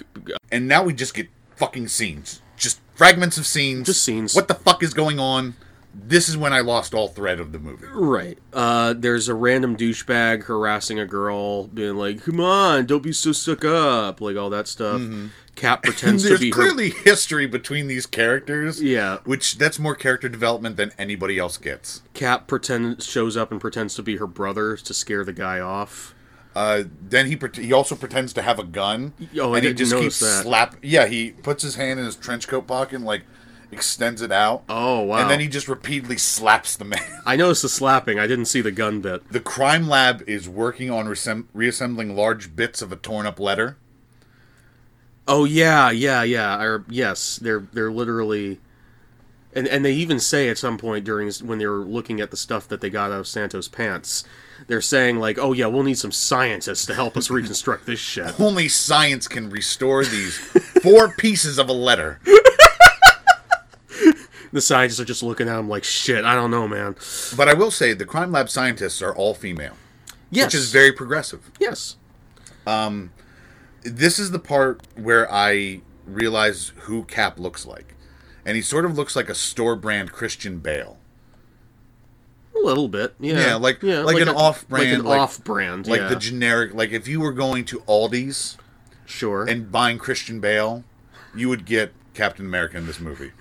S1: And now we just get fucking scenes, just fragments of scenes.
S2: Just scenes.
S1: What the fuck is going on? This is when I lost all thread of the movie.
S3: Right.
S2: Uh, there's a random douchebag harassing a girl, being like, "Come on, don't be so stuck up," like all that stuff.
S1: *laughs*
S2: Cap pretends
S1: Mm-hmm.
S2: to
S1: There's
S2: be her
S1: clearly *laughs* history between these characters.
S2: Yeah.
S1: Which that's more character development than anybody else gets.
S2: Cap pretends shows up and pretends to be her brother to scare the guy off.
S1: Uh, then he pret he also pretends to have a gun.
S2: Oh, I
S1: and he
S2: didn't
S1: just
S2: notice
S1: keeps
S2: that.
S1: slap. Yeah, he puts his hand in his trench coat pocket and like extends it out.
S2: Oh wow!
S1: And then he just repeatedly slaps the man.
S2: I noticed the slapping. I didn't see the gun bit.
S1: The crime lab is working on resem- reassembling large bits of a torn up letter.
S2: Oh yeah, yeah, yeah. Or yes, they're they're literally, and and they even say at some point during when they were looking at the stuff that they got out of Santos' pants, they're saying like, "Oh yeah, we'll need some scientists to help us reconstruct this shit." *laughs*
S1: Only science can restore these four pieces of a letter.
S2: The scientists are just looking at him like, "Shit, I don't know, man."
S1: But I will say the crime lab scientists are all female,
S2: Yes,
S1: which is very progressive.
S2: yes.
S1: This is the part where I realize who Cap looks like. And he sort of looks like a store brand Christian Bale.
S2: A little bit, yeah,
S1: Yeah, like- like an
S2: a-
S1: off-brand,
S2: like an
S1: like-
S2: off-brand,
S1: Like
S2: yeah.
S1: the generic, like if you were going to Aldi's
S2: sure.
S1: and buying Christian Bale, you would get Captain America in this movie.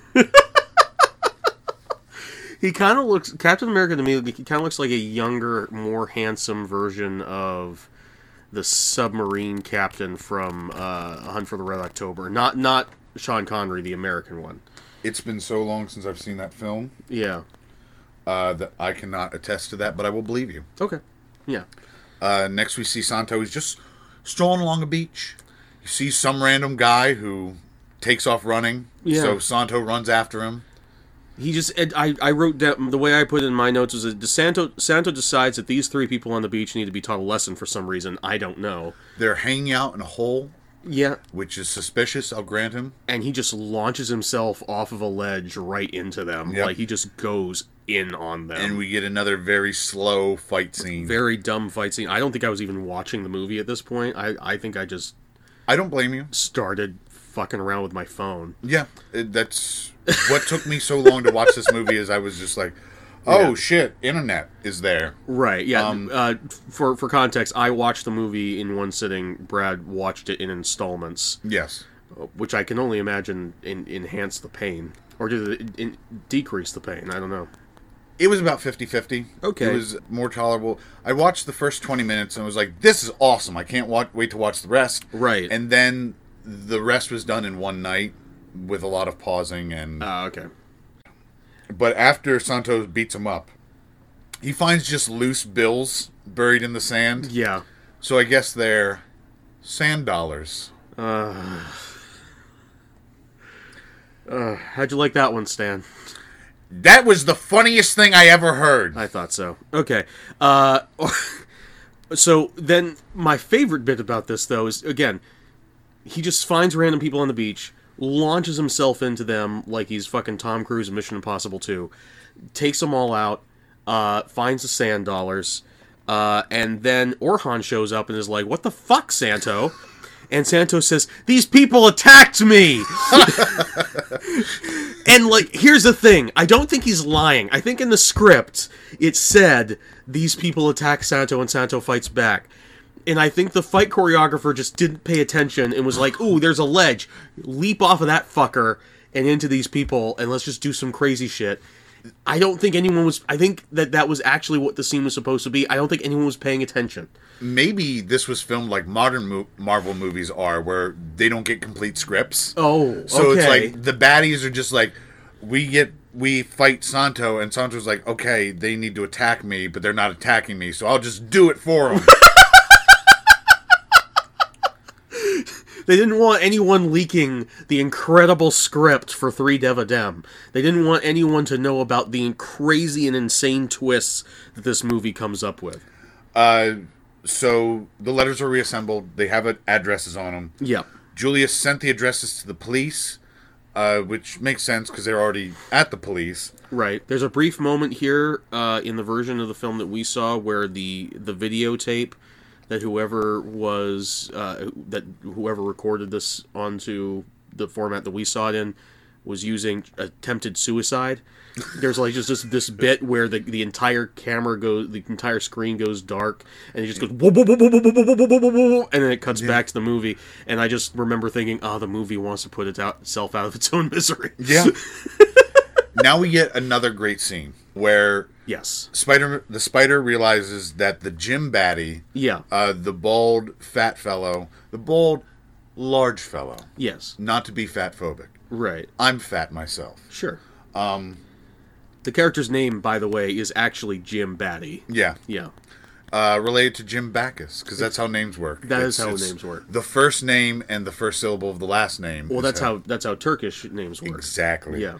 S2: He kind of looks Captain America to me. He kind of looks like a younger, more handsome version of the submarine captain from uh, Hunt for the Red October. Not not Sean Connery, the American one.
S1: It's been so long since I've seen that film.
S2: Yeah.
S1: uh, that I cannot attest to that, but I will believe you.
S2: Okay. Yeah.
S1: Uh, next, we see Santo. He's just strolling along a beach. You see some random guy who takes off running.
S2: Yeah.
S1: So Santo runs after him.
S2: He just and I I wrote down the way I put it in my notes is that DeSanto Santo decides that these three people on the beach need to be taught a lesson for some reason. I don't know.
S1: They're hanging out in a hole,
S2: Yeah.
S1: which is suspicious. I'll grant him.
S2: And he just launches himself off of a ledge right into them.
S1: Yep.
S2: Like he just goes in on them.
S1: And we get another very slow fight scene.
S2: very dumb fight scene. I don't think I was even watching the movie at this point. I, I think I just
S1: I don't blame you.
S2: started fucking around with my phone.
S1: Yeah, it- that's what took me so long to watch this movie. Is I was just
S2: *laughs*
S1: like, oh shit, internet is there.
S2: Right. Yeah. uh, for for context, I watched the movie in one sitting. Brad watched it in installments,
S1: Yes.
S2: which I can only imagine in, enhanced the pain or did it in, decrease the pain? I don't know.
S1: It was about 50 50.
S2: Okay.
S1: It was more tolerable. I watched the first 20 minutes and was like, this is awesome. I can't wa- wait to watch the rest.
S2: Right.
S1: And then the rest was done in one night with a lot of pausing. and
S2: Uh, okay.
S1: But after Santos beats him up, he finds just loose bills buried in the sand.
S2: Yeah.
S1: So I guess they're sand dollars.
S2: How'd you like that one, Stan?
S1: That was the funniest thing I ever heard.
S2: I thought so. Okay. Uh, *laughs* so then, my favorite bit about this, though, is again, he just finds random people on the beach, launches himself into them like he's fucking Tom Cruise in Mission Impossible 2, takes them all out, uh, finds the sand dollars, uh, and then Orhan shows up and is like, What the fuck, Santo? And Santo says, These people attacked me! and, like, here's the thing I don't think he's lying. I think in the script it said, These people attack Santo and Santo fights back. And I think the fight choreographer just didn't pay attention and was like, Ooh, there's a ledge. Leap off of that fucker and into these people and let's just do some crazy shit. I don't think anyone was. I think that that was actually what the scene was supposed to be. I don't think anyone was paying attention.
S1: Maybe this was filmed like modern mo- Marvel movies are, where they don't get complete scripts.
S2: Oh,
S1: So it's
S2: okay.
S1: like the baddies are just like we get we fight Santo and Santo's like, "Okay, they need to attack me, but they're not attacking me, so I'll just do it for them."
S2: They didn't want anyone leaking the incredible script for Three Deva Dem. They didn't want anyone to know about the crazy and insane twists that this movie comes up with.
S1: uh, so the letters are reassembled. They have uh, addresses on them.
S2: Yeah.
S1: Julius sent the addresses to the police, uh, which makes sense because they're already at the police.
S2: Right. There's a brief moment here uh, in the version of the film that we saw where the the videotape that whoever was uh, that whoever recorded this onto the format that we saw it in was using attempted suicide. There's like just this, this bit where the, the entire camera goes, the entire screen goes dark, and it just goes, whoa, whoa, whoa, whoa, whoa, whoa, whoa, whoa, whoa, whoa, whoa, and then it cuts back to the movie. And I just remember thinking, oh, the movie wants to put it out, itself out of its own misery.
S1: Yeah. *laughs* now we get another great scene where
S2: yes.
S1: Spider the Spider realizes that the gym baddie,
S2: Yeah.
S1: uh, the bald fat fellow, the bald large fellow,
S2: yes.
S1: not to be fat phobic.
S2: Right.
S1: I'm fat myself.
S2: Sure. Um, the character's name, by the way, is actually Jim Batty.
S1: Yeah,
S2: Yeah.
S1: uh, related to Jim Backus because that's how names work.
S2: That is how
S1: it's
S2: names work.
S1: The first name and the first syllable of the last name.
S2: Well,
S1: is
S2: that's how that's how Turkish names work.
S1: exactly.
S2: Yeah.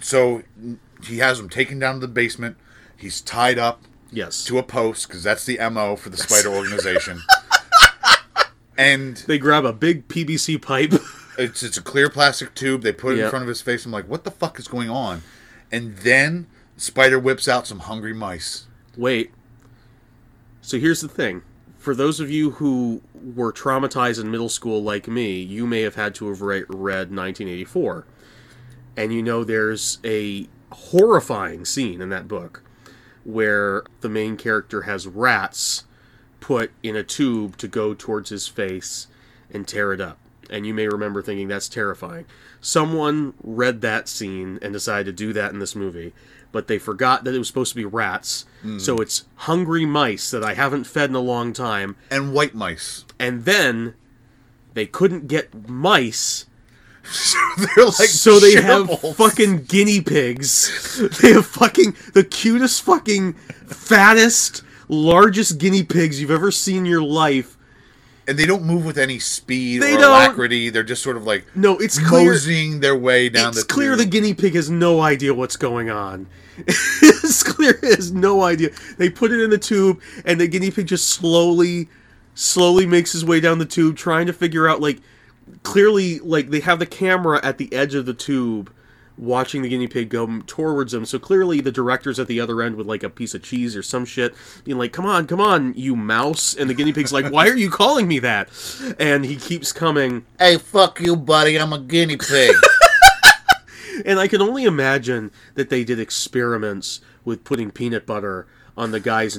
S1: So he has him taken down to the basement. He's tied up
S2: Yes.
S1: to a post because that's the MO for the
S2: *laughs*
S1: spider organization. and
S2: They grab a big PVC pipe. *laughs*
S1: it's it's a clear plastic tube. They put it in
S2: Yep.
S1: front of his face. I'm like, what the fuck is going on? And then spider whips out some hungry mice.
S2: Wait. So here's the thing. For those of you who were traumatized in middle school like me, you may have had to have re- read 1984. And you know there's a horrifying scene in that book where the main character has rats put in a tube to go towards his face and tear it up. And you may remember thinking that's terrifying. Someone read that scene and decided to do that in this movie, but they forgot that it was supposed to be rats. So it's hungry mice that I haven't fed in a long time.
S1: And white mice. *laughs*
S2: And then they couldn't get mice,
S1: They're like
S2: so they have
S1: gerbils.
S2: fucking guinea pigs. *laughs* They have fucking the cutest, fucking fattest, largest guinea pigs you've ever seen in your life.
S1: and they don't move with any speed
S2: They
S1: or
S2: don't.
S1: alacrity. They're just sort of like
S2: No, it's clear.
S1: moseying their way down
S2: It's
S1: the
S2: clear
S1: tube.
S2: the guinea pig has no idea what's going on. *laughs* it's clear it has no idea. They put it in the tube, and the guinea pig just slowly, slowly makes his way down the tube, trying to figure out like clearly like they have the camera at the edge of the tube watching the guinea pig go towards them so clearly the director's at the other end with like a piece of cheese or some shit being like come on come on you mouse and the guinea pig's like why are you calling me that and he keeps coming
S1: hey, fuck you, buddy. I'm a guinea pig.
S2: And I can only imagine that they did experiments with putting peanut butter on the guy's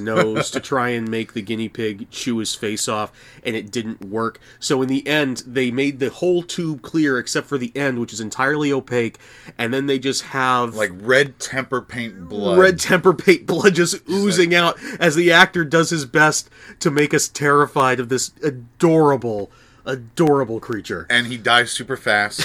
S1: *laughs*
S2: nose to try and make the guinea pig chew his face off, and it didn't work. So in the end, they made the whole tube clear except for the end, which is entirely opaque, and then they just
S1: *laughs*
S2: have
S1: like red temper paint blood.
S2: red temper paint blood just oozing out as the actor does his best to make us terrified of this adorable, adorable creature.
S1: and he dies super fast.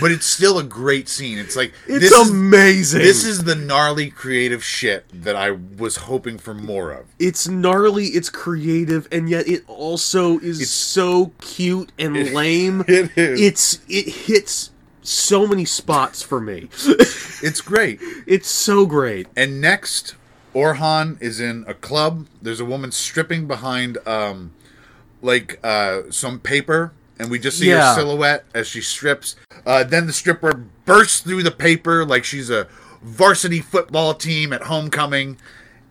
S1: but it's still a great scene. It's like
S2: It's
S1: this is
S2: amazing.
S1: this is the gnarly creative shit that I was hoping for more of.
S2: it's gnarly, it's creative, and yet it also is so cute and *laughs* lame.
S1: it is.
S2: It's it hits so many spots for *laughs* me.
S1: It's great.
S2: it's so great.
S1: And next, Orhan is in a club. There's a woman stripping behind um like uh some paper and we just see
S2: Yeah.
S1: her silhouette as she strips. Uh, then the stripper bursts through the paper like she's a varsity football team at homecoming,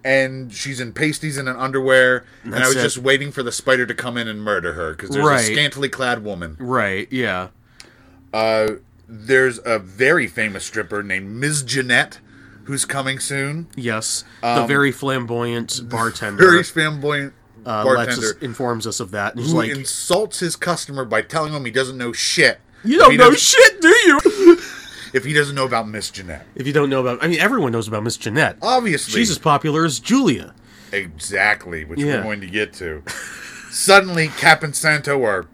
S1: and she's in pasties and an underwear. And, I
S2: That's
S1: was
S2: it.
S1: just waiting for the spider to come in and murder her because there's
S2: Right.
S1: a scantily clad woman.
S2: Right. Yeah.
S1: There's a very famous stripper named Ms. Jeanette who's coming soon.
S2: Yes. the very flamboyant bartender.
S1: Very flamboyant
S2: uh,
S1: bartender.
S2: lets us, informs us of that. And he's
S1: who
S2: like,
S1: insults his customer by telling him he doesn't know shit.
S2: "You
S1: if
S2: don't
S1: he
S2: know
S1: doesn't-
S2: shit, do *laughs* you?"
S1: if he doesn't know about Miss Jeanette.
S2: If you don't know about, I mean, everyone knows about Miss Jeanette.
S1: Obviously,
S2: She's as popular as Julia.
S1: exactly which
S2: Yeah.
S1: we're going to get to. Suddenly, Cap and Santo are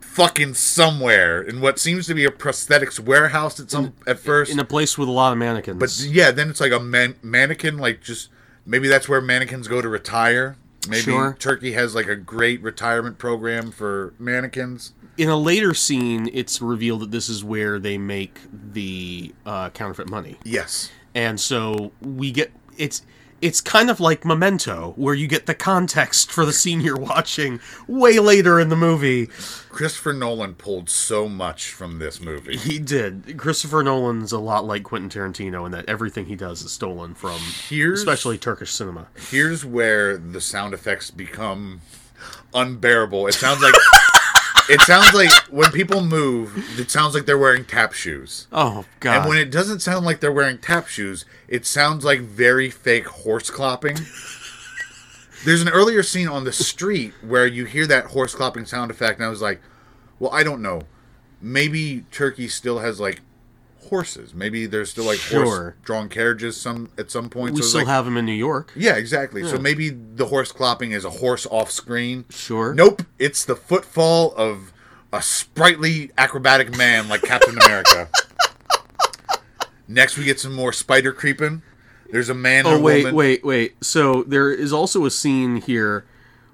S1: fucking somewhere in what seems to be a prosthetics warehouse at some at first.
S2: In a place with a lot of mannequins.
S1: but yeah, then it's like a man- mannequin, like just maybe that's where mannequins go to retire. Maybe
S2: Sure.
S1: Turkey has like a great retirement program for mannequins.
S2: in a later scene, it's revealed that this is where they make the uh, counterfeit money,
S1: Yes.
S2: and so we get it's it's kind of like Memento, where you get the context for the scene you're watching way later in the movie.
S1: Christopher Nolan pulled so much from this movie.
S2: He did. Christopher Nolan's a lot like Quentin Tarantino in that everything he does is stolen from,
S1: Here's-
S2: especially Turkish cinema.
S1: Here's where the sound effects become unbearable. It sounds like it sounds like when people move, it sounds like they're wearing tap shoes.
S2: Oh God!
S1: And when it doesn't sound like they're wearing tap shoes, it sounds like very fake horse clopping. There's an earlier scene on the street where you hear that horse clopping sound effect, and I was like, well, I don't know. Maybe Turkey still has like horses. Maybe there's still like horse
S2: Sure.
S1: drawn carriages some at some point.
S2: we
S1: it's
S2: still
S1: like,
S2: have him in New York.
S1: yeah, exactly. So maybe the horse clopping is a horse off screen.
S2: Sure.
S1: Nope, it's the footfall of a sprightly acrobatic man like Captain America. Next, we get some more spider creeping. There's a man.
S2: Oh
S1: and a
S2: wait,
S1: woman.
S2: wait, wait. So there is also a scene here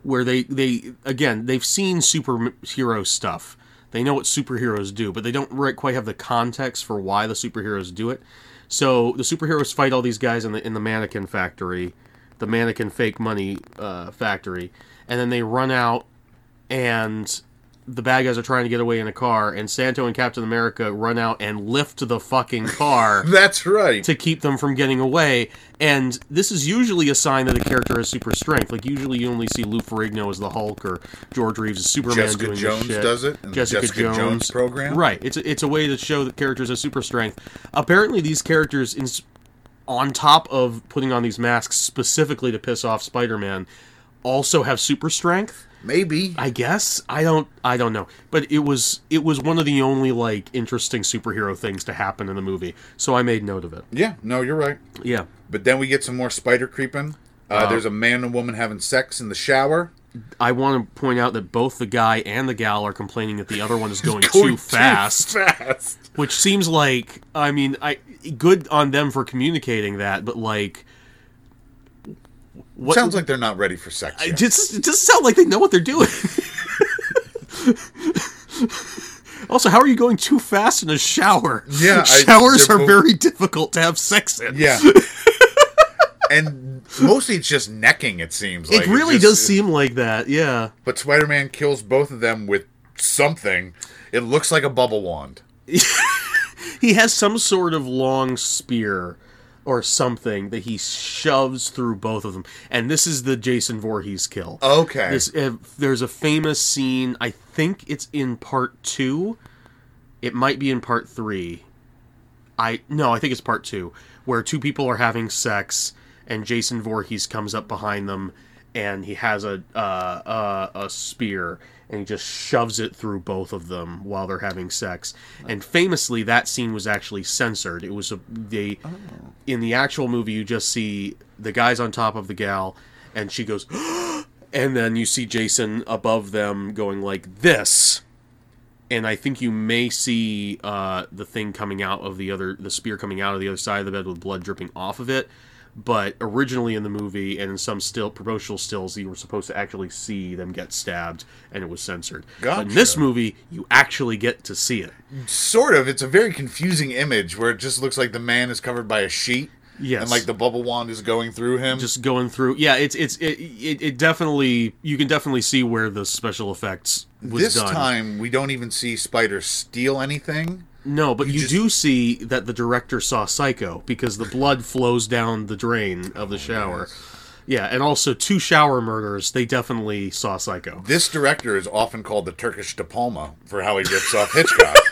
S2: where they they again they've seen superhero stuff. They know what superheroes do, but they don't ri- quite have the context for why the superheroes do it. So the superheroes fight all these guys in the in the mannequin factory, the mannequin fake money uh, factory, and then they run out and the bad guys are trying to get away in a car and Santo and Captain America run out and lift the fucking car
S1: That's right.
S2: to keep them from getting away. And this is usually a sign that a character has super strength. Like usually, you only see Lou Ferrigno as the Hulk or George Reeves as Superman.
S1: Jessica
S2: doing this
S1: Jones
S2: shit.
S1: does it in the
S2: Jessica,
S1: Jessica
S2: Jones.
S1: Jones program.
S2: Right. It's a, it's a way to show that characters have super strength. Apparently, these characters, in, s- on top of putting on these masks specifically to piss off Spider-Man, also have super strength.
S1: Maybe.
S2: I guess I don't I don't know, but it was it was one of the only like interesting superhero things to happen in the movie, so I made note of it.
S1: Yeah. No, you're right.
S2: Yeah.
S1: But then we get some more spider creeping. Uh, there's a man and woman having sex in the shower.
S2: I want to point out that both the guy and the gal are complaining that the
S1: *laughs*
S2: other one is going,
S1: Going
S2: too
S1: *laughs*
S2: fast,
S1: Fast.
S2: which seems like I mean, I good on them for communicating that, but like what
S1: Sounds like they're not ready for sex.
S2: it
S1: yet.
S2: just it just sound like they know what they're doing. *laughs* also, how are you going too fast in a shower?
S1: Yeah,
S2: *laughs*
S1: I-
S2: showers
S1: they're
S2: are
S1: both-
S2: very difficult to have sex in.
S1: Yeah.
S2: *laughs*
S1: and mostly it's just necking, it seems. Like.
S2: it really
S1: just-
S2: does seem like that. Yeah.
S1: But Spider Man kills both of them with something. It looks like a bubble wand.
S2: he has some sort of long spear or something that he shoves through both of them. And this is the Jason Voorhees kill.
S1: Okay.
S2: This, uh, there's a famous scene, I think it's in part two. It might be in part three. I no, I think it's part two, where two people are having sex, and Jason Voorhees comes up behind them, and he has a uh, uh, a spear, and he just shoves it through both of them while they're having sex. And famously, that scene was actually censored. It was a, they in the actual movie, you just see the guys on top of the gal, and she goes, and then you see Jason above them going like this and I think you may see uh, the thing coming out of the other, the spear coming out of the other side of the bed with blood dripping off of it. But originally in the movie and in some still promotional stills, you were supposed to actually see them get stabbed, and it was censored. But in this
S1: Gotcha.
S2: movie, you actually get to see it.
S1: Sort of. It's a very confusing image where it just looks like the man is covered by a sheet.
S2: Yes.
S1: and like the bubble wand is going through him.
S2: just going through. Yeah, it's it's it, it, it definitely you can definitely see where the special effects was
S1: this
S2: done.
S1: time we don't even see Spider steal anything.
S2: no, but you,
S1: just-
S2: do see that the director saw Psycho because the blood flows down the drain
S1: Oh,
S2: of the shower. Yeah, and also two shower murders. They definitely saw Psycho.
S1: This director is often called the Turkish De Palma for how he rips off Hitchcock. *laughs*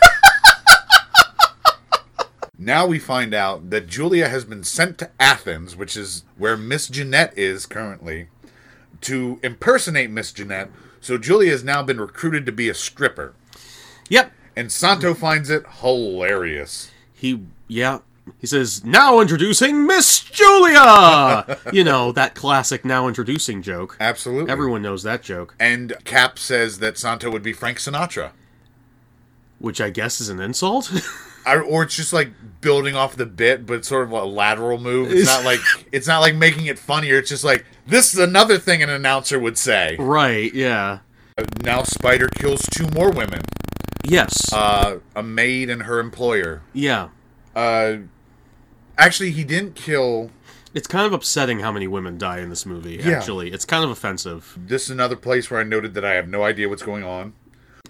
S1: now we find out that Julia has been sent to Athens, which is where Miss Jeanette is currently, to impersonate Miss Jeanette. So Julia has now been recruited to be a stripper.
S2: Yep,
S1: And Santo finds it hilarious.
S2: he yeah he says now introducing Miss Julia. *laughs* you know that classic now introducing joke.
S1: Absolutely.
S2: Everyone knows that joke,
S1: And Cap says that Santo would be Frank Sinatra.
S2: which I guess is an insult. *laughs*
S1: I, or it's just like building off the bit, but sort of a lateral move. It's not like
S2: *laughs*
S1: it's not like making it funnier. It's just like this is another thing an announcer would say.
S2: right? Yeah.
S1: Now Spider kills two more women,
S2: Yes.
S1: uh, a maid and her employer.
S2: yeah.
S1: Uh, actually, he didn't kill.
S2: It's kind of upsetting how many women die in this movie,
S1: Yeah.
S2: actually. It's kind of offensive.
S1: This is another place where I noted that I have no idea what's going on.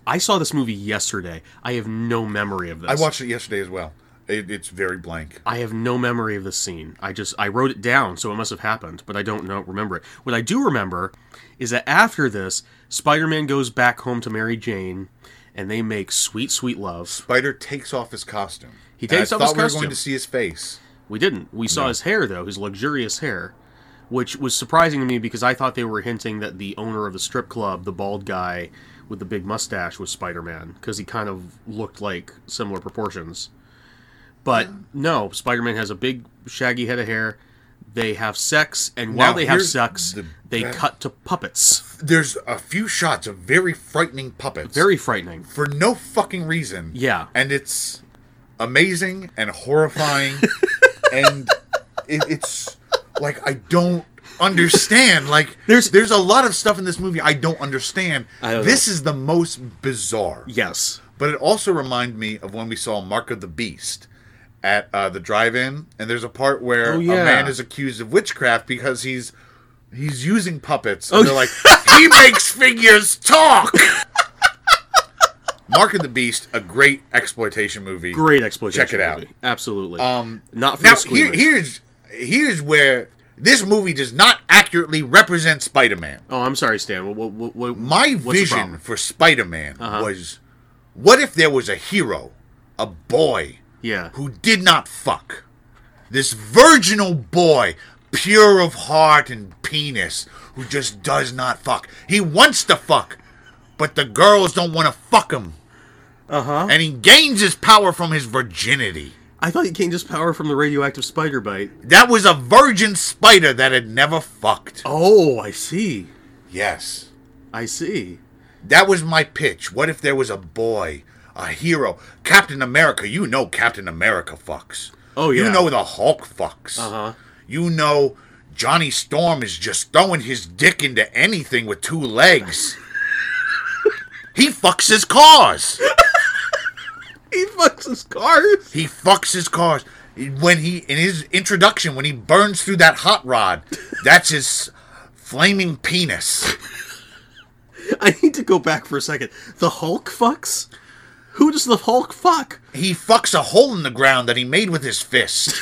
S2: I saw this movie yesterday. I have no memory of this.
S1: I watched it yesterday as well. It, it's very blank.
S2: I have no memory of this scene. I just I wrote it down, so it must have happened, but I don't know remember it. What I do remember is that after this, Spider-Man goes back home to Mary Jane and they make sweet sweet love.
S1: Spider takes off his costume.
S2: He
S1: And
S2: takes
S1: I
S2: off his
S1: thought we were
S2: costume.
S1: going to see his face.
S2: We didn't. We saw his hair though, his luxurious hair, which was surprising to me because I thought they were hinting that the owner of the strip club, the bald guy with the big mustache, was Spider-Man because he kind of looked like similar proportions. But no, Spider-Man has a big shaggy head of hair. They have sex, and while
S1: Now,
S2: they have
S1: here's
S2: sex,
S1: the
S2: they
S1: best-
S2: cut to puppets.
S1: There's a few shots of very frightening puppets.
S2: Very frightening.
S1: for no fucking reason.
S2: Yeah.
S1: And it's amazing and horrifying. and it, it's like, I don't understand. Like,
S2: There's-
S1: there's there's a lot of stuff in this movie I don't understand.
S3: I don't
S1: this is the most bizarre.
S2: Yes.
S1: But it also reminded me of when we saw Mark of the Beast at uh, the drive-in, and there's a part where
S2: Oh, yeah.
S1: a man is accused of witchcraft because he's he's using puppets, and
S2: Oh,
S1: they're like,
S2: *laughs*
S1: he makes figures talk. Mark of the Beast, a great exploitation movie.
S2: Great exploitation.
S1: Check it out.
S2: movie. Absolutely. Um, not for
S1: Now
S2: the
S1: here,
S2: squeamish.
S1: here's here's where this movie does not accurately represent Spider-Man.
S2: oh, I'm sorry, Stan. What, what, what, what-
S1: My
S2: what's the
S1: vision
S2: problem? Uh-huh.
S1: for Spider-Man was, what if there was a hero, a boy
S2: Yeah.
S1: who did not fuck. This virginal boy, pure of heart and penis, who just does not fuck. He wants to fuck, but the girls don't want to fuck him. Uh huh. And he gains his power from his virginity.
S2: I thought he gained his power from the radioactive spider bite.
S1: That was a virgin spider that had never fucked.
S2: Oh, I see.
S1: Yes.
S2: I see.
S1: That was my pitch. What if there was a boy, a hero? Captain America, you know Captain America fucks.
S2: Oh, yeah.
S1: You know the Hulk fucks.
S2: Uh-huh.
S1: You know Johnny Storm is just throwing his dick into anything with two
S2: *laughs*
S1: legs. he fucks his cars.
S2: He fucks his cars.
S1: He fucks his cars. When he in his introduction, when he burns through that hot rod, that's his flaming penis.
S2: I need to go back for a second. The Hulk fucks? Who does the Hulk fuck?
S1: He fucks a hole in the ground that he made with his fist.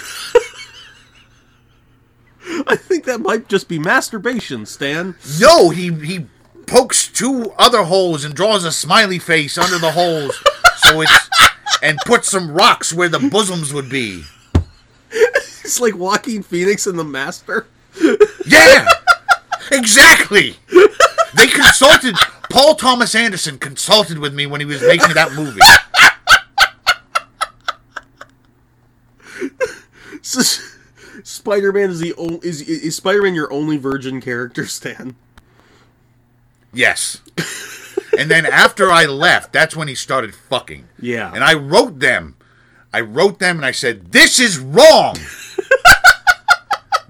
S2: I think that might just be masturbation, Stan. *laughs*
S1: No, he he pokes two other holes and draws a smiley face under the holes, so it's and puts some rocks where the bosoms would be.
S2: It's like Joaquin Phoenix and the Master. *laughs*
S1: Yeah, exactly. They consulted. Paul Thomas Anderson consulted with me when he was making that movie.
S2: Spider Man is the only is, is Spider Man your only virgin character, Stan?
S1: Yes. And then after I left, that's when he started fucking.
S2: Yeah.
S1: And I wrote them. I wrote them and I said, This is wrong.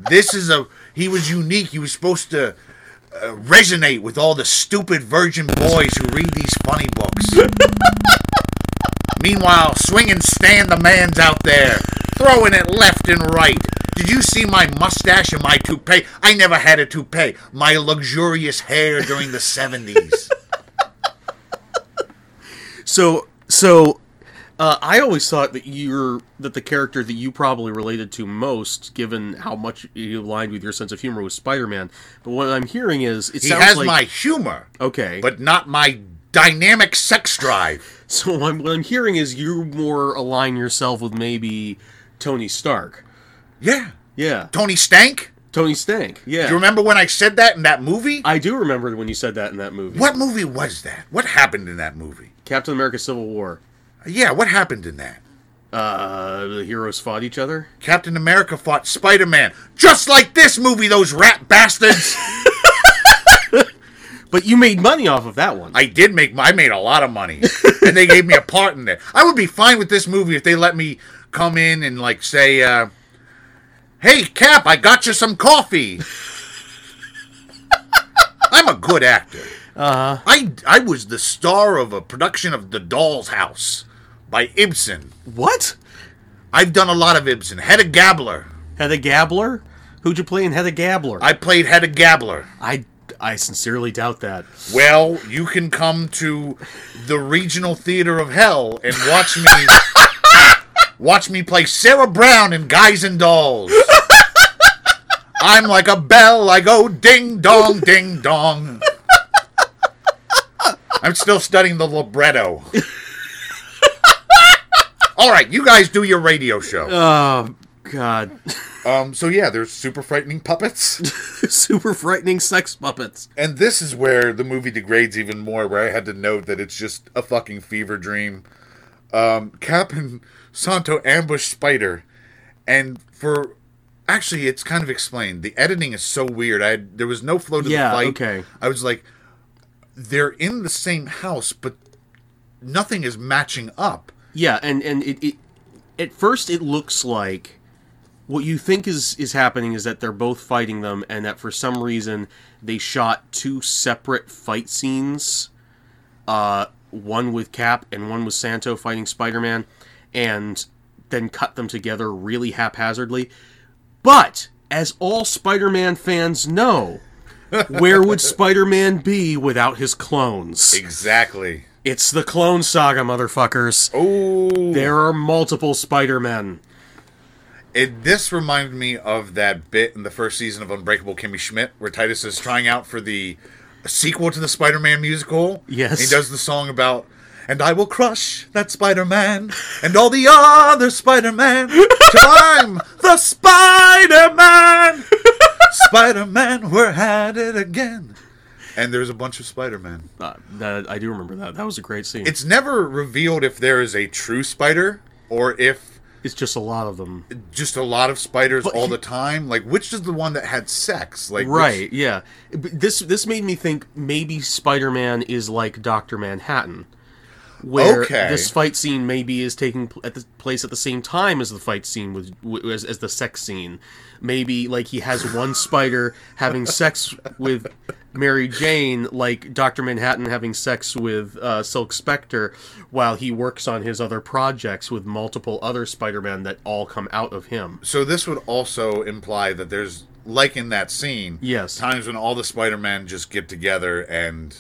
S1: this is a. He was unique. He was supposed to uh, resonate with all the stupid virgin boys who read these funny books. Meanwhile, swinging Stan the man's out there, throwing it left and right, Did you see my mustache and my toupee? I never had a toupee. My luxurious hair during the 70s.
S2: So so uh, I always thought that you're that the character that you probably related to most, given how much you aligned with your sense of humor, was Spider-Man. But what I'm hearing is it
S1: He
S2: sounds
S1: has
S2: like
S1: my humor,
S2: okay.
S1: but not my dynamic sex drive.
S2: *laughs* so I'm, what I'm hearing is you more align yourself with maybe Tony Stark.
S1: Yeah.
S2: Yeah,
S1: Tony Stank?
S2: Tony Stank. Yeah,
S1: Do you remember when I said that in that movie?
S2: I do remember when you said that in that movie.
S1: What movie was that? What happened in that movie?
S2: Captain America: Civil War.
S1: Yeah, what happened in that?
S2: Uh, the heroes fought each other.
S1: Captain America fought Spider Man. Just like this movie, those rat bastards.
S2: But you made money off of that one.
S1: I did make. I made a lot of money, and they gave me a part in it. I would be fine with this movie if they let me come in and like say, uh, "Hey, Cap, I got you some coffee." I'm a good actor. Uh-huh. I I was the star of a production of The Doll's House by Ibsen.
S2: what?
S1: I've done a lot of Ibsen. Hedda Gabler.
S2: Hedda Gabler? Who'd you play in Hedda Gabler?
S1: I played Hedda Gabler.
S2: I I sincerely doubt that.
S1: Well, you can come to the regional theater of hell and watch me watch me play Sarah Brown in Guys and Dolls. I'm like a bell, I go ding dong, ding dong. I'm still studying the libretto. All right, you guys do your radio show.
S2: Oh God!
S1: Um, so yeah, there's super frightening puppets.
S2: *laughs* Super frightening sex puppets.
S1: And this is where the movie degrades even more, where I had to note that it's just a fucking fever dream. Um, Cap and Santo ambush Spider, and for actually, it's kind of explained. The editing is so weird. I had, there was no flow to
S2: Yeah,
S1: the fight.
S2: okay.
S1: I was like, they're in the same house, but nothing is matching up.
S2: Yeah, and and it, it at first it looks like what you think is is happening is that they're both fighting them, and that for some reason they shot two separate fight scenes, uh, one with Cap and one with Santo fighting Spider Man, and then cut them together really haphazardly. But as all Spider Man fans know. Where would Spider-Man be without his clones?
S1: Exactly.
S2: It's the clone saga, motherfuckers.
S1: Oh,
S2: There are multiple Spider-Men.
S1: It, this reminded me of that bit in the first season of Unbreakable Kimmy Schmidt where Titus is trying out for the sequel to the Spider Man musical.
S2: Yes.
S1: He does the song about, and I will crush that Spider Man and all the other Spider Man. Time the Spider Man! Spider Man, we're at it again. And there's a bunch of Spider Man.
S2: Uh, that, I do remember that. That was a great scene. It's,
S1: It's never revealed if there is a true spider or if
S2: just a lot of them.
S1: just a lot of spiders all the time. Like, which is the one that had sex? Like, which-
S2: Right, yeah. But This this made me think maybe Spider-Man is like Doctor Manhattan, where
S1: Okay.
S2: this fight scene maybe is taking pl- at the place at the same time as the fight scene with w- as, as the sex scene. Maybe like he has one spider having sex with Mary Jane, like Doctor Manhattan having sex with uh, Silk Spectre, while he works on his other projects with multiple other Spider-Man that all come out of him.
S1: so this would also imply that there's like in that scene,
S2: Yes.
S1: times when all the Spider Men just get together and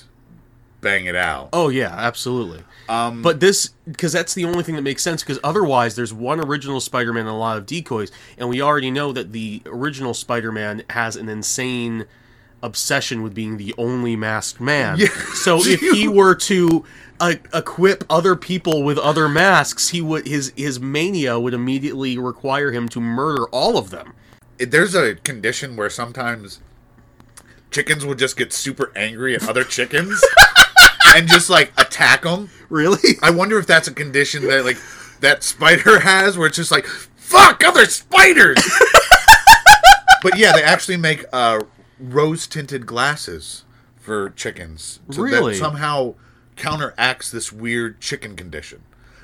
S1: bang it out.
S2: Oh yeah, absolutely. Um, but this because that's the only thing that makes sense because otherwise there's one original Spider-Man and a lot of decoys, and we already know that the original Spider-Man has an insane obsession with being the only masked man. So *laughs* if he were to uh, equip other people with other masks, he would his his mania would immediately require him to murder all of them.
S1: It- There's a condition where sometimes chickens will just get super angry at other chickens and just like attack them.
S2: *laughs* Really?
S1: I wonder if that's a condition that like that spider has, where it's just like fuck other spiders. but yeah, they actually make uh, rose-tinted glasses for chickens, so
S2: Really?
S1: that somehow counteracts this weird chicken condition.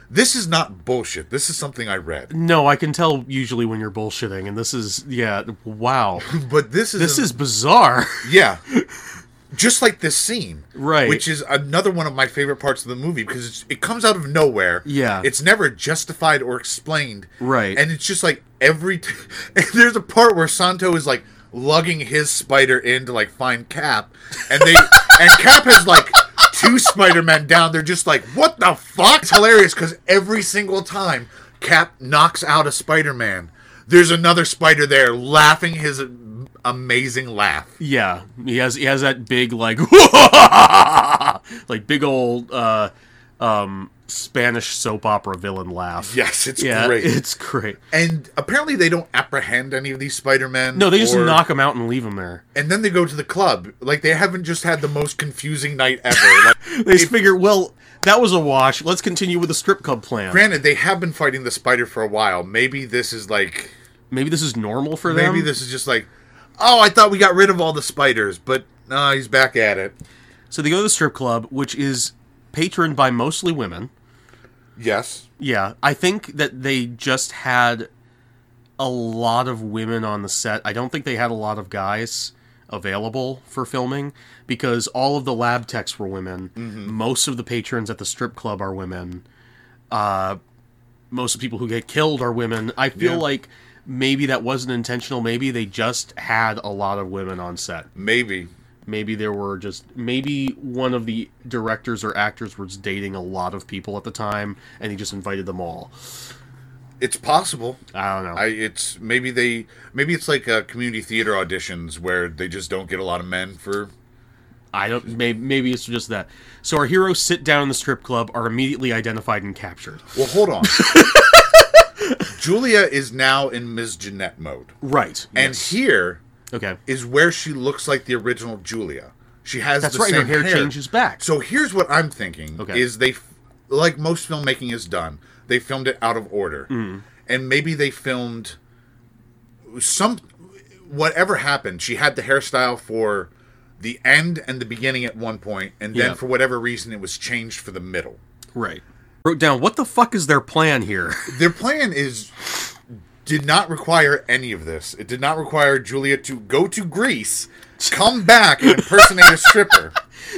S1: This is not bullshit. This is something I read.
S2: No, I can tell usually when you're *laughs* bullshitting, and this is yeah, wow.
S1: But this is
S2: This
S1: an-
S2: is bizarre.
S1: yeah. just like this scene,
S2: Right.
S1: Which is another one of my favorite parts of the movie because it's, it comes out of nowhere.
S2: Yeah.
S1: it's never justified or explained.
S2: Right.
S1: and it's just like every. T- *laughs* and there's a part where Santo is like lugging his spider in to like find Cap, and
S2: *laughs*
S1: they and Cap has like. Two Spider Men down, they're just like, what the fuck? It's hilarious because every single time Cap knocks out a Spider Man, there's another spider there laughing his amazing laugh.
S2: Yeah, he has he has that big like *laughs* like big old uh, um, Spanish soap opera villain laugh.
S1: Yes, it's
S2: yeah,
S1: great.
S2: *laughs* it's great.
S1: and apparently they don't apprehend any of these Spider-Men.
S2: No, they just
S1: or-
S2: knock him out and leave him there.
S1: And then they go to the club. Like they haven't just had the most confusing night ever. *laughs* Like,
S2: They just figure, well, that was a wash. Let's continue with the strip club plan.
S1: granted, they have been fighting the spider for a while. Maybe this is like
S2: maybe this is normal for them.
S1: maybe this is just like, oh, I thought we got rid of all the spiders, but no, he's back at it.
S2: So they go to the strip club, which is patroned by mostly women.
S1: Yes.
S2: Yeah, I think that they just had a lot of women on the set. I don't think they had a lot of guys available for filming because all of the lab techs were women. Most of the patrons at the strip club are women. Uh, most of the people who get killed are women. I feel
S1: Yeah.
S2: like maybe that wasn't intentional. Maybe they just had a lot of women on set.
S1: Maybe.
S2: Maybe there were just maybe one of the directors or actors was dating a lot of people at the time, and he just invited them all.
S1: It's possible.
S2: I don't know.
S1: I it's maybe they maybe it's like uh, community theater auditions where they just don't get a lot of men for
S2: I don't. Maybe, maybe it's just that. So our heroes sit down in the strip club, are immediately identified and captured.
S1: Well, hold
S2: *laughs*
S1: on. Julia is now in Ms. Jeanette mode.
S2: Right.
S1: And here
S2: okay.
S1: is where she looks like the original Julia. She has
S2: That's
S1: the
S2: right. Her
S1: same
S2: hair, changes back.
S1: So here's what I'm thinking
S2: Okay.
S1: is they f- like most filmmaking is done. They filmed it out of order.
S2: Mm-hmm.
S1: And maybe they filmed some whatever happened. She had the hairstyle for the end and the beginning at one point and then
S2: Yeah.
S1: for whatever reason it was changed for the middle.
S2: right. Wrote down what the fuck is their plan here? *laughs*
S1: their plan is did not require any of this. It did not require Julia to go to Greece, come back and impersonate a
S2: *laughs*
S1: stripper.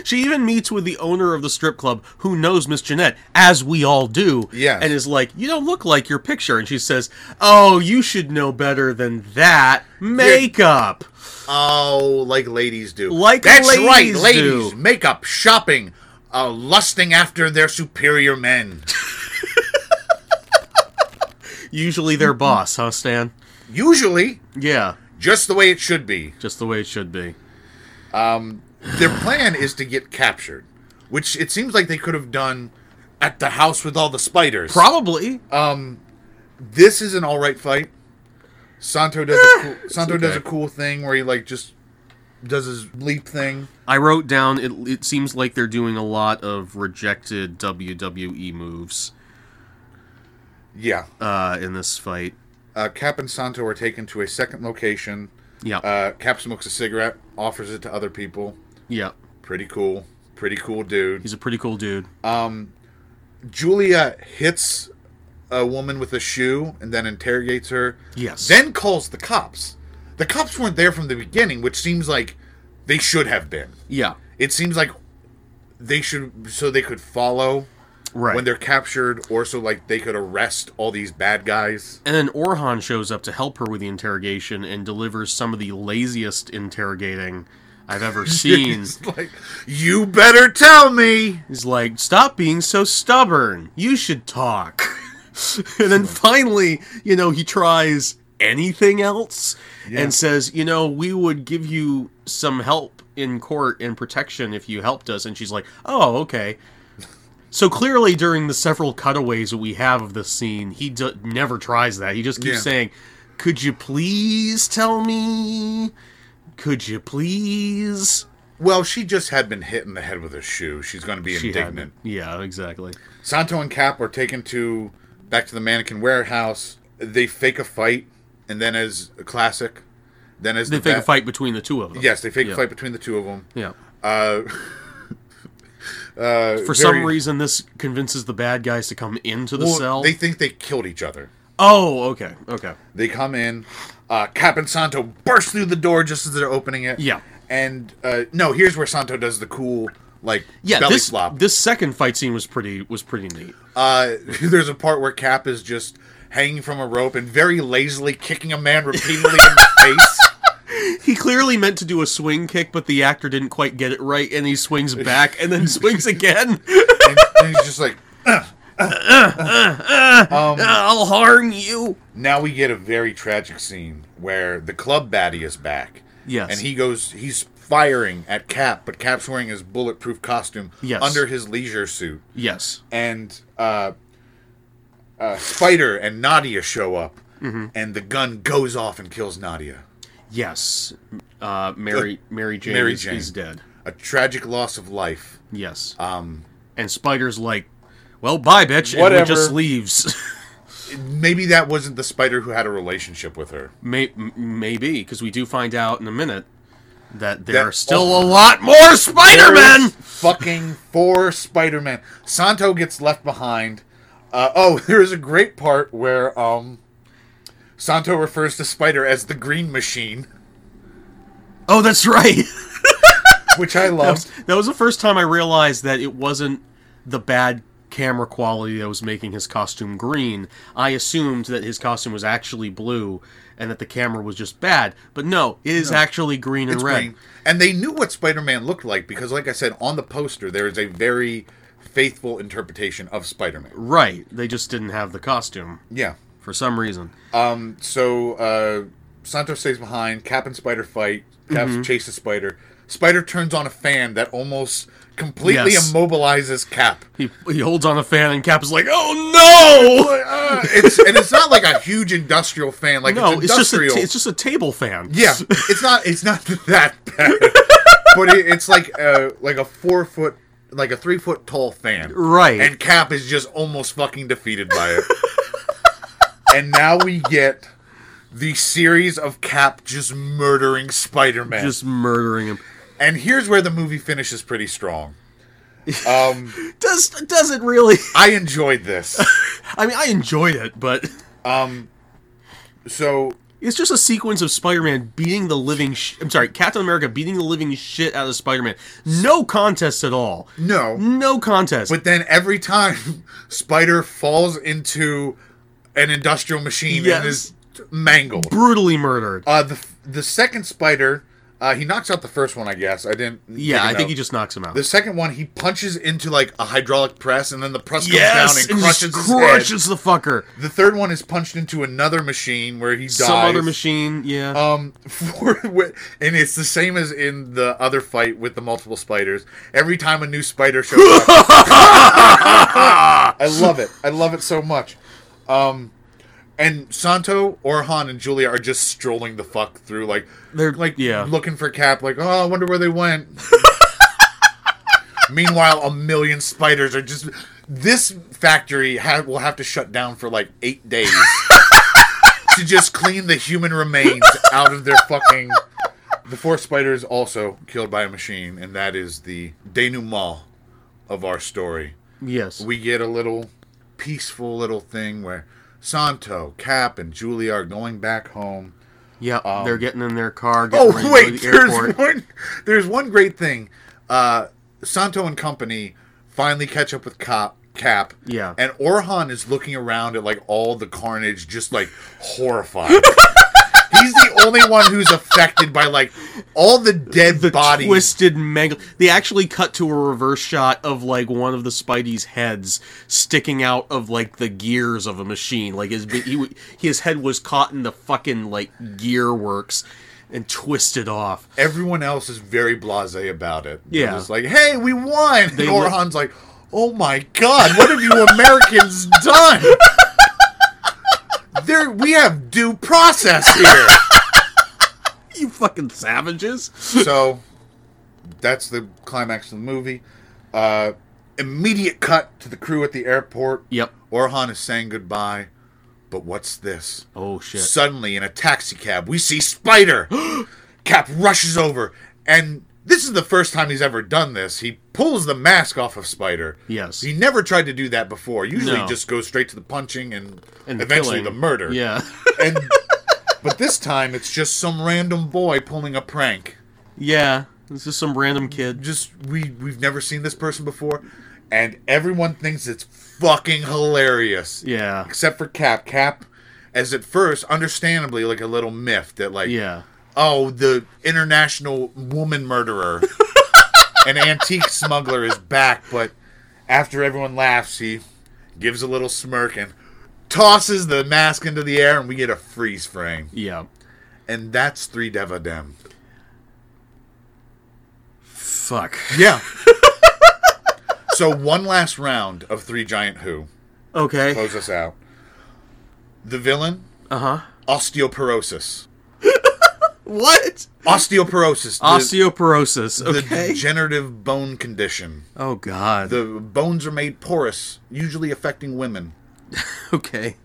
S2: she even meets with the owner of the strip club, who knows Miss Jeanette, as we all do.
S1: Yes.
S2: And is like, you don't look like your picture. And she says, "Oh, you should know better than that. Makeup."
S1: Oh, like ladies do.
S2: Like
S1: That's
S2: ladies
S1: right,
S2: do.
S1: ladies. Makeup, shopping, uh, lusting after their superior men.
S2: Usually their boss, huh, Stan?
S1: Usually,
S2: Yeah.
S1: just the way it should be.
S2: Just the way it should be.
S1: Their plan is to get captured, which it seems like they could have done at the house with all the spiders.
S2: Probably.
S1: this is an all right fight. Santo does a cool, Santo does a
S2: okay.
S1: cool thing where he like just does his leap thing.
S2: I wrote down it, it seems like they're doing a lot of rejected WWE moves
S1: Yeah.
S2: uh, in this fight.
S1: Uh, Cap and Santo are taken to a second location.
S2: Yeah.
S1: Uh, Cap smokes a cigarette, offers it to other people.
S2: yeah.
S1: Pretty cool. Pretty cool dude.
S2: He's a pretty cool dude.
S1: uh, Julia hits a woman with a shoe and then interrogates her.
S2: Yes.
S1: Then calls the cops. The cops weren't there from the beginning, which seems like they should have been.
S2: yeah.
S1: It seems like they should so they could follow
S2: Right.
S1: when they're captured, or so like they could arrest all these bad guys. *laughs*
S2: and then Orhan shows up to help her with the interrogation and delivers some of the laziest interrogating I've
S1: *laughs*
S2: ever seen.
S1: He's like, you better tell me.
S2: He's like, "Stop being so stubborn. You should talk." *laughs* and then finally, you know, he tries anything else and says, "You know, we would give you some help in court and protection if you helped us." And she's like, "Oh, okay." So clearly, during the several cutaways that we have of this scene, he d- never tries that. He just keeps
S1: Yeah.
S2: saying, "Could you please tell me? Could you please?"
S1: Well, she just had been hit in the head with a shoe. She's going to be
S2: She hadn't.
S1: indignant.
S2: Yeah, exactly.
S1: Santo and Cap are taken to back to the mannequin warehouse. They fake a fight, and then as a classic, then as
S2: They
S1: the
S2: fake a
S1: ba-
S2: fight between the two of them.
S1: Yes, they fake
S2: Yeah.
S1: a fight between the two of them.
S2: Yeah.
S1: Uh, *laughs*
S2: For some
S1: very-
S2: reason, this convinces the bad guys to come into the
S1: well,
S2: cell.
S1: They think they killed each other.
S2: oh, okay, okay.
S1: They come in. Uh, Cap and Santo burst through the door just as they're opening it.
S2: Yeah.
S1: And uh, no, here's where Santo does the cool like
S2: Yeah,
S1: belly
S2: this
S1: flop.
S2: this second fight scene was pretty was pretty neat.
S1: Uh, *laughs* there's a part where Cap is just hanging from a rope and very lazily kicking a man repeatedly in
S2: *laughs*
S1: the face.
S2: He clearly meant to do a swing kick, but the actor didn't quite get it right, and he
S1: *laughs*
S2: swings back and then swings again.
S1: And, and he's just like, Um,
S2: *laughs* I'll harm you.
S1: now we get a very tragic scene where the club baddie is back.
S2: Yes.
S1: And he goes, he's firing at Cap, but Cap's wearing his bulletproof costume
S2: Yes.
S1: under his leisure suit.
S2: Yes.
S1: and uh, uh, Spider and Nadia show up,
S2: Mm-hmm.
S1: and the gun goes off and kills Nadia.
S2: Yes. Uh,
S1: *laughs*
S2: Mary Mary Jane,
S1: Mary
S2: is-
S1: Jane. Uh,
S2: is dead.
S1: A tragic loss of life.
S2: Yes. Um, and Spider's like, "Well, bye, bitch,"
S1: Whatever.
S2: and he just leaves. *laughs*
S1: Maybe that wasn't the Spider who had a relationship with her.
S2: May- m- maybe because we do find out in a minute that there
S1: That-
S2: are still
S1: oh.
S2: a lot more Spider-Men.
S1: There's Fucking four Spider Men. Santo gets left behind. Uh, oh, *laughs* there is a great part where um, Santo refers to Spider as the Green Machine, *laughs*
S2: Oh, that's right. *laughs*
S1: which I loved.
S2: that was the first time I realized that it wasn't the bad camera quality that was making his costume green. I assumed that his costume was actually blue and that the camera was just bad. But no, it is actually green and
S1: It's
S2: red.
S1: green. And they knew what Spider Man looked like because, like I said, on the poster, there is a very faithful interpretation of Spider Man.
S2: Right. They just didn't have the costume
S1: Yeah.
S2: for some reason.
S1: Um, So, uh, Santos stays behind. Cap and Spider fight. Cap
S2: Mm-hmm.
S1: chases Spider. Spider turns on a fan that almost completely
S2: Yes.
S1: immobilizes Cap.
S2: He, he holds on a fan and Cap is like, "Oh
S1: Uh, it's, and it's not like a huge industrial fan. Like
S2: no!" No,
S1: it's
S2: it's just a
S1: industrial.
S2: ta- it's just a table fan. *laughs*
S1: Yeah, it's not it's not *laughs* that bad, but it, it's like a like a four foot, like a three foot tall fan,
S2: Right.
S1: And Cap is just almost fucking defeated by it. *laughs* and now we get the series of Cap just murdering Spider Man,
S2: just murdering him.
S1: and here's where the movie finishes pretty strong. Um,
S2: Does does it really? *laughs*
S1: I enjoyed this.
S2: I mean, I enjoyed it, but
S1: So
S2: It's just a sequence of Spider-Man beating the living. Sh- I'm sorry, Captain America beating the living shit out of Spider-Man. No contest at all.
S1: no,
S2: No contest.
S1: But then every time *laughs* Spider falls into an industrial machine
S2: Yes.
S1: and is mangled.
S2: brutally murdered.
S1: Uh, the the second Spider, uh, he knocks out the first one. I guess I didn't.
S2: yeah,
S1: make a
S2: I think
S1: note.
S2: he just knocks him out.
S1: The second one, he punches into like a hydraulic press, and then the press comes
S2: yes,
S1: down and
S2: just
S1: crushes his head.
S2: crushes the fucker.
S1: The third one is punched into another machine where he dies.
S2: Some other machine. Yeah.
S1: Um, *laughs* for, wi- and it's the same as in the other fight with the multiple spiders. Every time a new spider shows up, I love it. I love it so much. Um, and Santo, Orhan, and Julia are just strolling the fuck through, like
S2: They're-
S1: like
S2: yeah.
S1: looking for Cap. Like, oh, I wonder where they
S2: *laughs*
S1: went. Meanwhile, a million spiders are just. This factory ha- will have to shut down for like eight days to just clean the human remains out of their fucking. The four spiders also killed by a machine, and that is the denouement of our story.
S2: yes.
S1: We get a little peaceful little thing where Santo, Cap, and Julia are going back home.
S2: yeah. they're getting in their car. Getting ready
S1: Oh
S2: to go
S1: wait,
S2: to the
S1: there's
S2: airport.
S1: *laughs* one. There's one great thing. Uh, Santo and company finally catch up with Cop Cap.
S2: Yeah.
S1: and Orhan is looking around at like all the carnage, just like
S2: *laughs*
S1: horrified. He's the only one who's affected by like all the dead
S2: the
S1: bodies.
S2: twisted mangle. They actually cut to a reverse shot of like one of the Spidey's heads sticking out of like the gears of a machine. Like his he, w- his head was caught in the fucking like gear works and twisted off.
S1: Everyone else is very blasé about it. They're
S2: Yeah.
S1: just like hey, we won. and
S2: look-
S1: Orhan's like, oh my god, what have you Americans done? There, we have due process here.
S2: You fucking savages!
S1: so that's the climax of the movie. Uh, immediate cut to the crew at the airport.
S2: Yep.
S1: Orhan is saying goodbye. But what's this?
S2: Oh shit!
S1: Suddenly, in a taxi cab, we see
S2: *gasps*
S1: Spider. Cap rushes over, and this is the first time he's ever done this. He pulls the mask off of Spider.
S2: Yes.
S1: He never tried to do that before. Usually,
S2: No.
S1: he just goes straight to the punching and,
S2: And
S1: eventually
S2: killing.
S1: the murder. *laughs*
S2: Yeah. *laughs*
S1: And, but this time, it's just some random boy pulling a prank.
S2: Yeah, it's just some random kid.
S1: Just we we've never seen this person before, and everyone thinks it's fucking hilarious.
S2: Yeah,
S1: Except for Cap. Cap, as at first, understandably, like a little miffed that like
S2: yeah,
S1: oh, the international woman murderer an antique smuggler is back, but after everyone laughs, he gives a little smirk and tosses the mask into the air, and we get a freeze frame.
S2: yeah.
S1: And that's three Devadem.
S2: Fuck.
S1: Yeah. so one last round of three giant who
S2: Okay.
S1: close us out. The villain,
S2: Uh huh.
S1: osteoporosis.
S2: What?
S1: Osteoporosis. the-
S2: Osteoporosis.
S1: the
S2: Okay.
S1: degenerative bone condition.
S2: oh God.
S1: The bones are made porous, usually affecting women.
S2: *laughs* okay.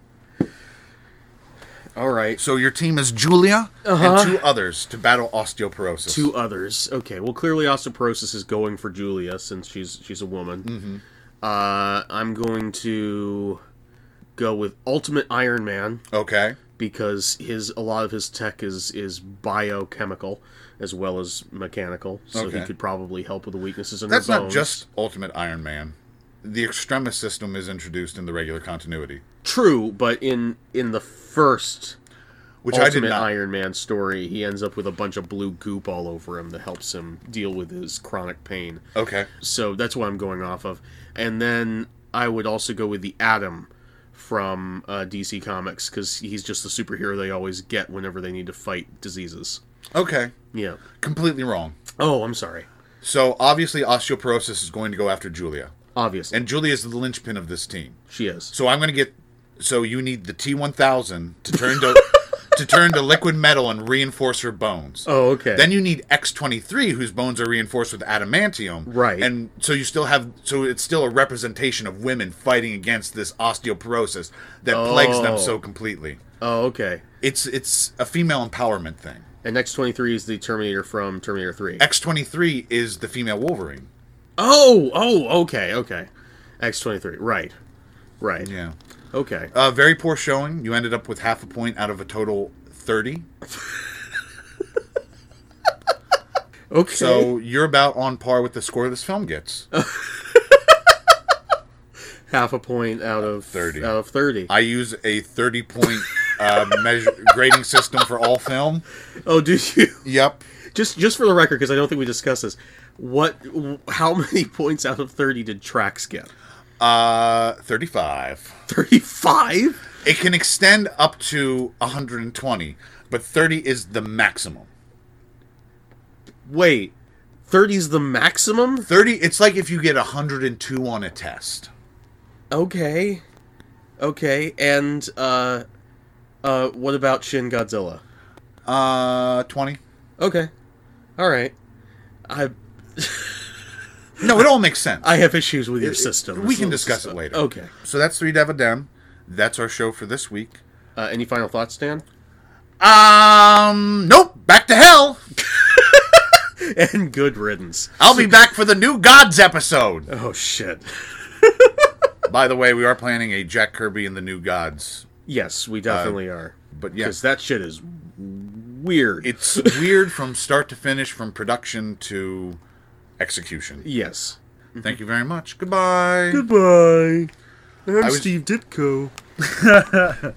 S2: All right.
S1: So your team is Julia
S2: Uh-huh.
S1: and two others to battle osteoporosis.
S2: Two others. Okay. Well, clearly osteoporosis is going for Julia since she's she's a woman. Mm-hmm. Uh, I'm going to go with Ultimate Iron Man.
S1: Okay.
S2: because his a lot of his tech is is biochemical as well as mechanical, so he
S1: Okay.
S2: could probably help with the weaknesses in
S1: That's
S2: her
S1: not
S2: bones.
S1: just Ultimate Iron Man. The Extremis system is introduced in the regular continuity,
S2: true, but in in the first
S1: which I did
S2: Ultimate
S1: not.
S2: Iron Man story, he ends up with a bunch of blue goop all over him that helps him deal with his chronic pain.
S1: Okay.
S2: So that's what I'm going off of, and then I would also go with the Atom from uh, DC Comics because he's just the superhero they always get whenever they need to fight diseases.
S1: Okay.
S2: Yeah.
S1: Completely wrong.
S2: Oh, I'm sorry.
S1: So obviously osteoporosis is going to go after Julia,
S2: Obviously.
S1: and Julia is the linchpin of this team.
S2: She is.
S1: So I'm going to get. So you need the T1000 to turn
S2: *laughs*
S1: to to turn to liquid metal and reinforce her bones.
S2: Oh, okay.
S1: Then you need X23, whose bones are reinforced with adamantium.
S2: Right.
S1: And so you still have, so it's still a representation of women fighting against this osteoporosis that plagues them
S2: Oh.
S1: so completely.
S2: oh, okay.
S1: It's it's a female empowerment thing.
S2: And X twenty three is the Terminator from Terminator three.
S1: X23 is the female Wolverine.
S2: oh, oh, okay, okay. X twenty three. Right, right.
S1: Yeah.
S2: Okay.
S1: Uh, very poor showing. You ended up with half a point out of a total 30.
S2: Okay.
S1: So you're about on par with the score this film gets.
S2: half a point out of
S1: 30.
S2: Out of thirty. *laughs*
S1: I use a 30 point uh, measure, grading system for all film.
S2: oh, do you? *laughs*
S1: Yep.
S2: Just just for the record, because I don't think we discussed this. What? How many *laughs* points out of thirty did Trax get?
S1: Uh, 35.
S2: Thirty five.
S1: It can extend up to 120, but 30 is the maximum.
S2: Wait, thirty's the maximum.
S1: 30, it's like if you get 102 on a test.
S2: Okay. Okay. And uh, uh, what about Shin Godzilla?
S1: Uh, 20.
S2: Okay. All right. I
S1: No, it all makes sense.
S2: I have issues with your system.
S1: we can discuss it later.
S2: Okay.
S1: So that's three Dev a Dem. That's our show for this week.
S2: Uh, any final thoughts, Dan? *laughs*
S1: Um, nope. Back to hell.
S2: and good riddance.
S1: I'll be back for the new Gods episode.
S2: Oh shit.
S1: By the way, we are planning a Jack Kirby and the New Gods.
S2: Yes,
S1: Uh,
S2: we definitely are.
S1: But yes,
S2: Because that shit is weird.
S1: it's weird from start to finish, from production to execution.
S2: yes.
S1: Thank you very much. Goodbye.
S2: Goodbye. I'm
S1: was-
S2: Steve Ditko.